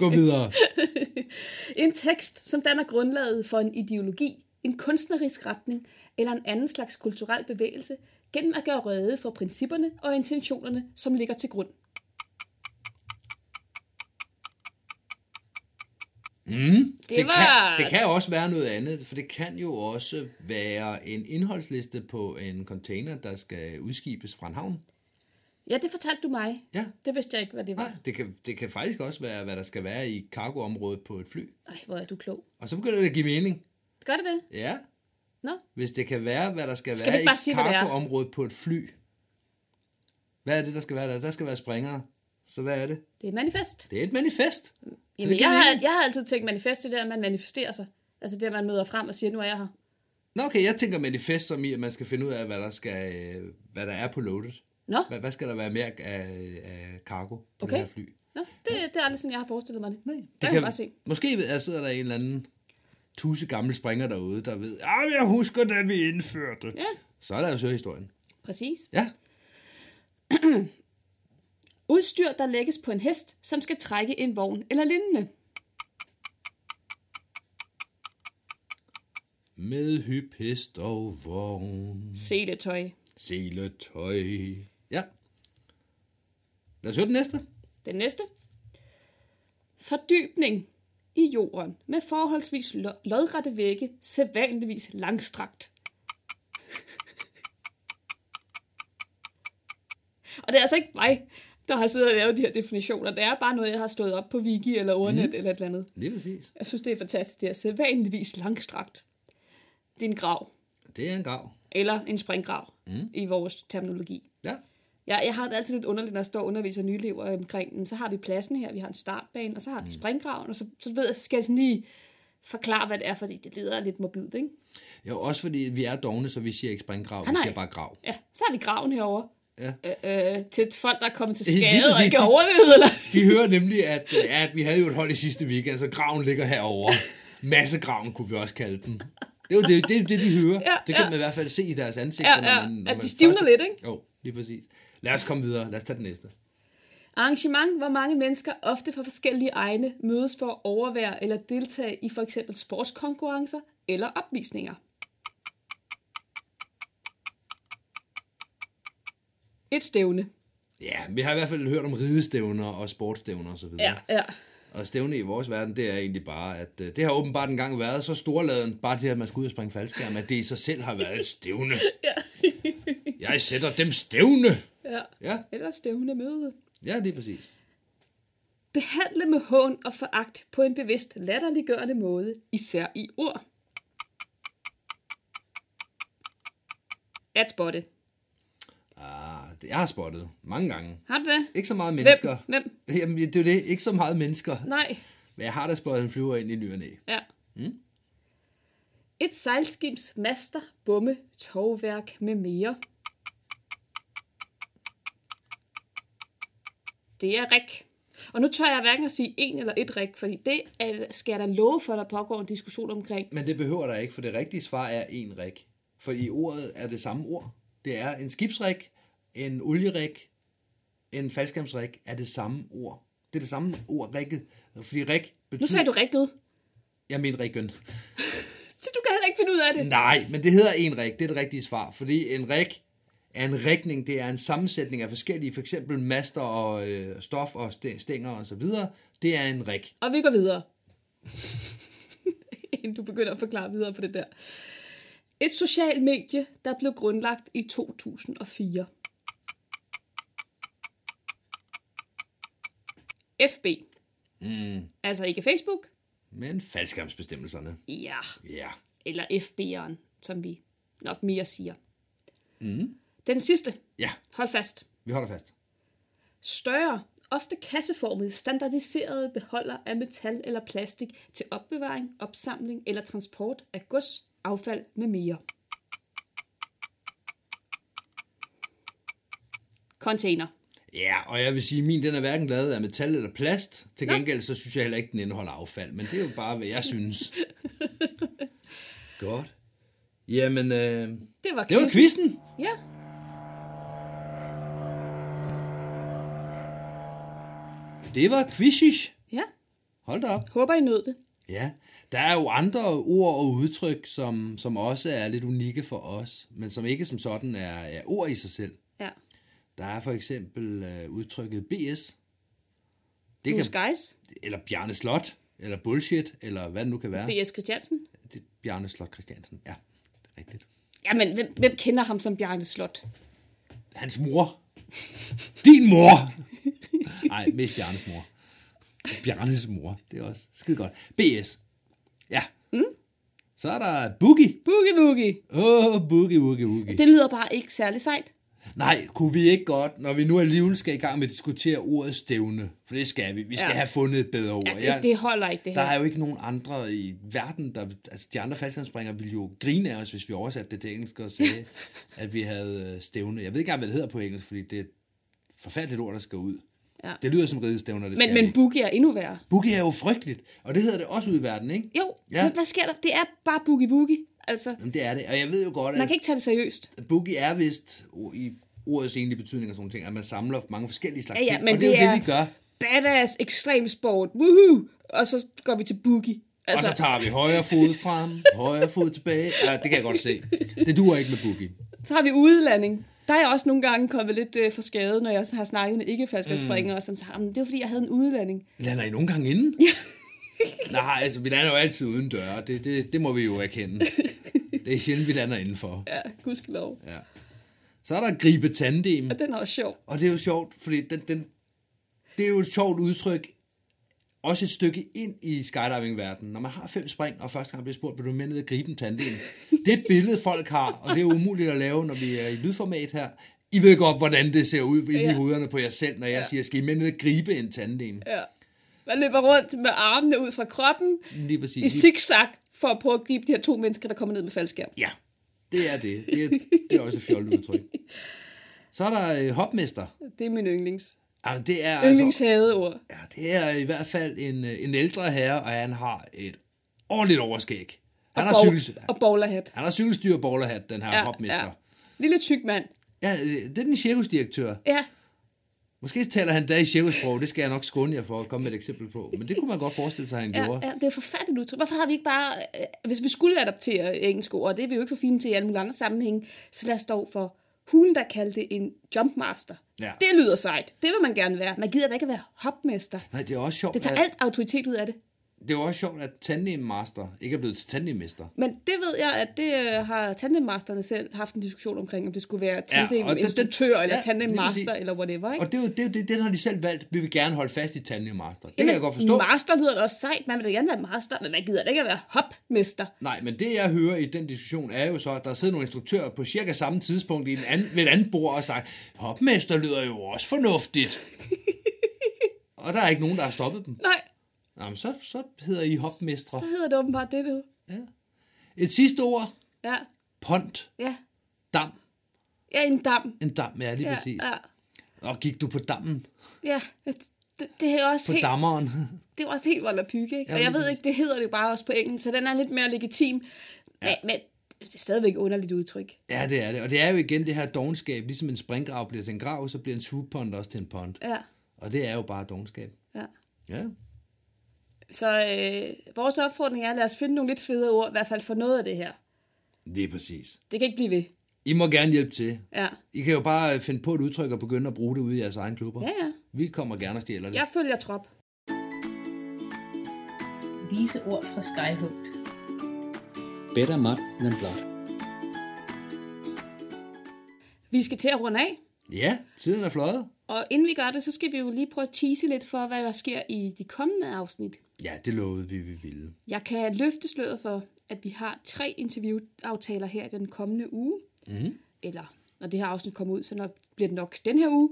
S2: gå videre.
S3: En tekst, som danner grundlaget for en ideologi, en kunstnerisk retning eller en anden slags kulturel bevægelse, gennem at gøre rede for principperne og intentionerne, som ligger til grund.
S2: Mm.
S3: Det
S2: Det,
S3: var-
S2: kan, det kan også være noget andet, for det kan jo også være en indholdsliste på en container, der skal udskibes fra en havn.
S3: Ja, det fortalte du mig.
S2: Ja.
S3: Det vidste jeg ikke, hvad det var.
S2: Nej, det kan, det kan faktisk også være, hvad der skal være i cargoområdet på et fly.
S3: Nej, hvor er du klog.
S2: Og så begynder det at give mening.
S3: Gør det det?
S2: Ja,
S3: Nå,
S2: hvis det kan være, hvad der skal,
S3: Skal vi
S2: være
S3: ikke
S2: i
S3: bare sige, hvad det er?
S2: cargoområdet på et fly. Hvad er det, der skal være der? Der skal være springere. Så hvad er det?
S3: det er et manifest.
S2: Det er et manifest. Så det
S3: Jamen, jeg,
S2: giver
S3: har,
S2: mening.
S3: jeg har altid tænkt manifest, det er der, man manifesterer sig. Altså det, man møder frem og siger, nu er jeg her.
S2: Nå, okay, jeg tænker manifest som i, at man skal finde ud af, hvad der, skal, øh, hvad der er på loadet.
S3: Nå,
S2: Hvad, hvad skal der være mere af, af cargo på
S3: Okay.
S2: det her fly?
S3: Nå det, det er aldrig sådan, jeg har forestillet mig det.
S2: Nej,
S3: det kan jeg bare se.
S2: Måske ved- sidder der en eller anden tusse gammel springer derude, der ved, ah, jeg husker, da vi indførte.
S3: Ja,
S2: Så er der jo så historien.
S3: præcis.
S2: Ja,
S3: Udstyr, der lægges på en hest, som skal trække en vogn eller lignende.
S2: med hyp, hest og vogn,
S3: Se det tøj.
S2: seletøj. Ja. Lad os høre den næste.
S3: Den næste. Fordybning i jorden med forholdsvis lo- lodrette vægge, sædvanligvis langstrakt. Og det er altså ikke mig, der har siddet og lavet de her definitioner. Det er bare noget, jeg har stået op på Wiki eller Ordnet mm. eller et eller andet.
S2: Lige præcis.
S3: Jeg synes, det er fantastisk. Det er sædvanligvis langstrakt. Det er en grav.
S2: Det er en grav.
S3: Eller en springgrav mm. i vores terminologi.
S2: Ja.
S3: Jeg, jeg har det altid lidt underligt, når jeg står og underviser nye elever omkring, "Men så har vi pladsen her, vi har en startbane, og så har
S2: Mm.
S3: vi springgraven, og så, så ved jeg, så skal jeg sådan lige forklare, hvad det er, fordi det lyder lidt morbidt, ikke?
S2: Jo, også fordi vi er dogne, så vi siger ikke springgrav, vi
S3: Ah, nej.
S2: siger bare grav.
S3: Ja, så har vi graven herovre.
S2: Ja.
S3: Øh, øh, til folk, der er kommet til
S2: Lige
S3: skade og
S2: præcis.
S3: ikke har overlevet, eller?
S2: De hører nemlig, at, øh, at vi havde jo et hold i sidste weekend, så graven ligger herovre. Massegraven kunne vi også kalde den. Det er jo det, det, er det de hører.
S3: Ja,
S2: det kan
S3: ja.
S2: man i hvert fald se i deres ansigter.
S3: Ja, ja.
S2: Når man, når
S3: At
S2: man
S3: de stivner
S2: først-
S3: lidt, ikke?
S2: Jo, lige præcis. Lad os komme videre. Lad os tage den næste.
S3: Arrangement, hvor mange mennesker, ofte fra forskellige egne, mødes for at overvære eller deltage i for eksempel sportskonkurrencer eller opvisninger. Et stævne.
S2: Ja, vi har i hvert fald hørt om ridestævner og sportsstævner osv. Og, ja.
S3: ja.
S2: og stævne i vores verden, det er egentlig bare, at øh, det har åbenbart engang været så storladen, bare det, at man skulle ud og springe faldskærm, at det i sig selv har været et stævne.
S3: Ja.
S2: Jeg sætter dem stævne.
S3: ja.
S2: Ja,
S3: Eller stævne møde.
S2: ja det er præcis.
S3: Behandle med hån og foragt på en bevidst latterliggørende måde, især i ord. At spotte.
S2: Ah, det, jeg har spottet mange gange.
S3: Har du det?
S2: Ikke så meget mennesker.
S3: Hvem? Hvem?
S2: Jamen, det er jo det. Ikke så meget mennesker.
S3: Nej.
S2: Men jeg har da spottet en flyver ind i ny og næ.
S3: Ja. Mm. Et sejlskibs master, bomme, tovværk med mere. Det er rik. Og nu tør jeg hverken at sige en eller et rik, fordi det er, skal jeg da love for, at der pågår en diskussion omkring.
S2: Men det behøver der ikke, for det rigtige svar er en rik. For i ordet er det samme ord. Det er en skibsrik, en olierik, en faldskærmsrik er det samme ord. Det er det samme ord, rikket. Fordi rik
S3: Nu
S2: betyder...
S3: sagde du rigget.
S2: Jeg mener rikken.
S3: Så du kan heller ikke finde ud af det.
S2: Nej, men det hedder en rik. Det er det rigtige svar. Fordi en rik er en rikning. Det er en sammensætning af forskellige, for eksempel master og øh, stof og stæ- stænger og så videre. Det er en rik.
S3: Og vi går videre. Inden du begynder at forklare videre på det der. Et socialt medie, der blev grundlagt i 2004. FB. Mm. Altså ikke Facebook.
S2: Men faldskærmsbestemmelserne.
S3: Ja.
S2: Ja.
S3: Eller FB'eren, som vi nok mere siger. Mm. Den sidste.
S2: Ja,
S3: Hold fast.
S2: vi holder fast.
S3: Større, ofte kasseformede, standardiserede beholder af metal eller plastik til opbevaring, opsamling eller transport af gods, affald med mere. Container.
S2: Ja, og jeg vil sige, at min den er hverken lavet af metal eller plast. Til
S3: Nå.
S2: gengæld så synes jeg heller ikke, den indeholder affald. Men det er jo bare, hvad jeg synes. Godt. Jamen, øh,
S3: Det var,
S2: det var quizzen.
S3: Ja.
S2: Det var quizish.
S3: ja.
S2: Hold da op.
S3: Håber I nød det.
S2: Ja, der er jo andre ord og udtryk, som, som også er lidt unikke for os, men som ikke som sådan er, er ord i sig selv.
S3: Ja.
S2: Der er for eksempel øh, udtrykket BS, det
S3: Blue
S2: kan,
S3: Skies.
S2: eller Bjarne Slot, eller bullshit, eller hvad det nu kan være.
S3: B.S. Christiansen.
S2: Det er Bjarne Slot Christiansen, ja, det er rigtigt.
S3: Jamen, hvem, hvem kender ham som Bjarne Slot?
S2: Hans mor. Din mor! Nej, mest Bjarnes mor. Bjarnes mor, det er også skide godt. BS. Ja. Mm. Så er der Boogie.
S3: Boogie Woogie.
S2: Åh, oh, boogie, boogie, boogie.
S3: Det lyder bare ikke særlig sejt.
S2: Nej, kunne vi ikke godt, når vi nu alligevel skal i gang med at diskutere ordet stævne, for det skal vi. Vi skal
S3: Ja.
S2: ja. have fundet et bedre ord.
S3: Ja, det, det holder ikke, det
S2: der
S3: her.
S2: er jo ikke nogen andre i verden, der, altså de andre faldskærmsspringere ville jo grine af os, hvis vi oversatte det til engelsk og sagde, at vi havde øh, stævne. Jeg ved ikke engang, hvad det hedder på engelsk, fordi det er et forfærdeligt ord, der skal ud.
S3: Ja.
S2: Det lyder som ridestævner, det
S3: Men,
S2: skal
S3: men
S2: vi ikke.
S3: Boogie er endnu værre.
S2: Boogie er jo frygteligt, og det hedder det også ude i verden, ikke?
S3: Jo, ja.
S2: Ja.
S3: men hvad sker der? Det er bare boogie boogie. Altså,
S2: Jamen, det er det, og jeg ved jo godt,
S3: man
S2: at
S3: kan ikke tage det seriøst.
S2: Boogie er vist o- i ordets egentlige betydning og sådan nogle ting, at man samler mange forskellige slags
S3: Ja, ja,
S2: ting,
S3: men
S2: og det, er
S3: det
S2: jo det,
S3: er-
S2: vi gør.
S3: Badass, ekstrem sport, woohoo! Og så går vi til boogie. Altså,
S2: Altså... Og så tager vi højre fod frem, højre fod tilbage. Ja, det kan jeg godt se. Det duer ikke med Boogie.
S3: så har vi udlanding. Der er jeg også nogle gange kommet lidt øh, for skade, når jeg har snakket med ikke falske mm. som tager, "Men det var fordi, jeg havde en udlanding.
S2: Lander I nogle gange inden? Ja. Nej, altså, vi lander jo altid uden døre. Det, det, det må vi jo erkende. Det er sjældent, vi lander indenfor.
S3: Ja, gudskelov.
S2: Ja. Så er der gribe tandem.
S3: Og den er også sjov.
S2: Og det er jo sjovt, fordi den, den, det er jo et sjovt udtryk, også et stykke ind i skydiving-verdenen. Når man har fem spring, og første gang bliver spurgt, vil du med ned og gribe en tandem? Det er et billede, folk har, og det er jo umuligt at lave, når vi er i lydformat her. I ved godt, hvordan det ser ud inde i
S3: Ja.
S2: hovederne på jer selv, når jeg
S3: Ja.
S2: siger, skal I med ned og gribe en tandlæge?
S3: Ja. Man løber rundt med armene ud fra kroppen
S2: Lige præcis.
S3: i zigzag for at prøve at gribe de her to mennesker, der kommer ned med faldskærm.
S2: Ja, det er det. Det er, det er også et fjollet udtryk. Så er der øh, hopmester.
S3: Det er min yndlings.
S2: Altså, det er altså,
S3: Yndlingshadeord.
S2: ja, det er i hvert fald en, øh, en ældre herre, og han har et ordentligt overskæg. Han har, cykel,
S3: Og bowlerhat.
S2: han har cykelstyr og bowlerhat, den her ja, hopmester. Ja.
S3: Lille tyk mand.
S2: Ja, øh, det er den cirkusdirektør.
S3: Ja,
S2: Måske taler han da i cirkussprog, det skal jeg nok skåne jer for at komme med et eksempel på. Men det kunne man godt forestille sig, at han
S3: ja,
S2: gjorde.
S3: ja, det er forfærdeligt udtryk. Hvorfor har vi ikke bare, øh, hvis vi skulle adoptere engelske ord, og det er vi jo ikke for fine til i alle mulige andre sammenhænge, så lad os dog for hulen, der kaldte det en jumpmaster.
S2: Ja.
S3: Det lyder sejt. Det vil man gerne være. Man gider da ikke at være hopmester.
S2: Nej, det er også sjovt,
S3: Det tager
S2: at,
S3: alt autoritet ud af det.
S2: det er også sjovt, at tandemmaster ikke er blevet til tandemmester.
S3: Men det ved jeg, at det øh, har tandemmasterne selv haft en diskussion omkring, om det skulle være tandeminstruktør ja,
S2: det- ja,
S3: eller
S2: lige
S3: tandemmaster
S2: præcis.
S3: eller whatever. Ikke?
S2: Og det er jo det, er jo det, den har de selv valgt. Vi vil gerne holde fast i tandemmaster. Det kan jeg godt forstå.
S3: Master lyder da også sejt. Man vil da gerne være master, men man gider da ikke at være hopmester.
S2: Nej, men det jeg hører i den diskussion er jo så, at der sidder nogle instruktører på cirka samme tidspunkt i en anden, ved et andet bord og sagt, hopmester lyder jo også fornuftigt. og der er ikke nogen, der har stoppet dem.
S3: Nej,
S2: Jamen, så, så hedder I hopmestre.
S3: så hedder det åbenbart det nu.
S2: Et sidste ord.
S3: Ja,
S2: Pont.
S3: ja.
S2: Dam.
S3: Ja, en dam.
S2: En dam, ja, lige
S3: Ja,
S2: præcis.
S3: ja,
S2: Og gik du på dammen?
S3: ja. Det, det, er også
S2: På
S3: helt,
S2: dammeren?
S3: det er også helt vold og pyge, ikke? Og
S2: Ja,
S3: jeg
S2: lige
S3: ved ikke, det hedder det jo bare også på engelsk, så den er lidt mere legitim. Ja. Men det er stadigvæk et underligt udtryk.
S2: ja, det er det. Og det er jo igen det her dogenskab. Ligesom en springgrav bliver til en grav, så bliver en swoop pond også til en pond.
S3: Ja,
S2: Og det er jo bare dogenskab.
S3: ja.
S2: Ja.
S3: Så øh, vores opfordring er, lad os finde nogle lidt federe ord, i hvert fald for noget af det her.
S2: Det er præcis.
S3: Det kan ikke blive ved.
S2: I må gerne hjælpe til.
S3: Ja,
S2: I kan jo bare øh, finde på et udtryk og begynde at bruge det ude i jeres egen klubber.
S3: ja, ja.
S2: Vi kommer gerne og stjæler det.
S3: Jeg følger trop.
S4: Vise ord fra Skyhugt.
S5: Better mud than blood.
S3: Vi skal til at runde af.
S2: Ja, tiden er fløjet.
S3: Og inden vi gør det, så skal vi jo lige prøve at tease lidt for, hvad der sker i de kommende afsnit.
S2: Ja, det lovede vi, vi ville.
S3: Jeg kan løfte sløret for, at vi har tre interviewaftaler her den kommende uge. Mm.
S2: Mhm.
S3: Eller når det her afsnit kommer ud, så nok, bliver det nok den her uge.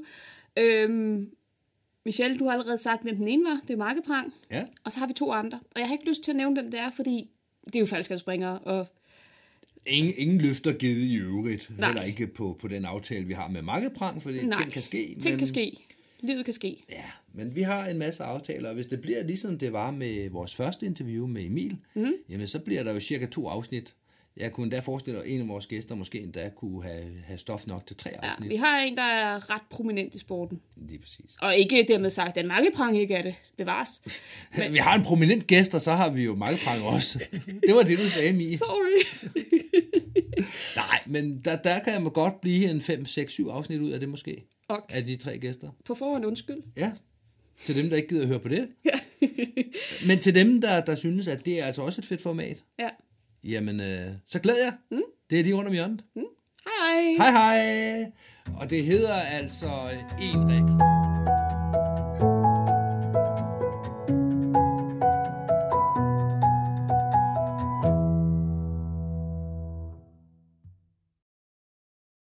S3: Øhm, Michelle, du har allerede sagt, hvem den ene var. Det er Markeprang.
S2: Ja,
S3: Og så har vi to andre. Og jeg har ikke lyst til at nævne, hvem det er, fordi det er jo faldskabsspringere. Og
S2: ingen, ingen løfter givet i øvrigt.
S3: Nej.
S2: Heller ikke på, på den aftale, vi har med Markeprang, for det
S3: Nej,
S2: ting kan ske.
S3: ting kan ske. Livet kan ske.
S2: Ja, men vi har en masse aftaler, og hvis det bliver ligesom det var med vores første interview med Emil,
S3: Mhm.
S2: mm. jamen så bliver der jo cirka to afsnit. Jeg kunne endda forestille mig, at en af vores gæster måske endda kunne have, have stof nok til tre
S3: Ja,
S2: afsnit.
S3: vi har en, der er ret prominent i sporten.
S2: Lige præcis.
S3: Og ikke dermed sagt, at Markeprang ikke er det. Bevares.
S2: Men... Vi har en prominent gæst, og så har vi jo Markeprang også. det var det, du sagde, Mie.
S3: Sorry.
S2: Nej, men der, der kan jeg må godt blive en 5, 6, 7 afsnit ud af det måske.
S3: Okay.
S2: Af de tre gæster.
S3: På forhånd undskyld.
S2: Ja. Til dem, der ikke gider at høre på det. men til dem, der, der synes, at det er altså også et fedt format,
S3: Ja.
S2: jamen, øh, så glæder jeg. Mm. Det er lige rundt om hjørnet.
S3: Hej hej.
S2: Hej hej! Og det hedder altså øh, Erik.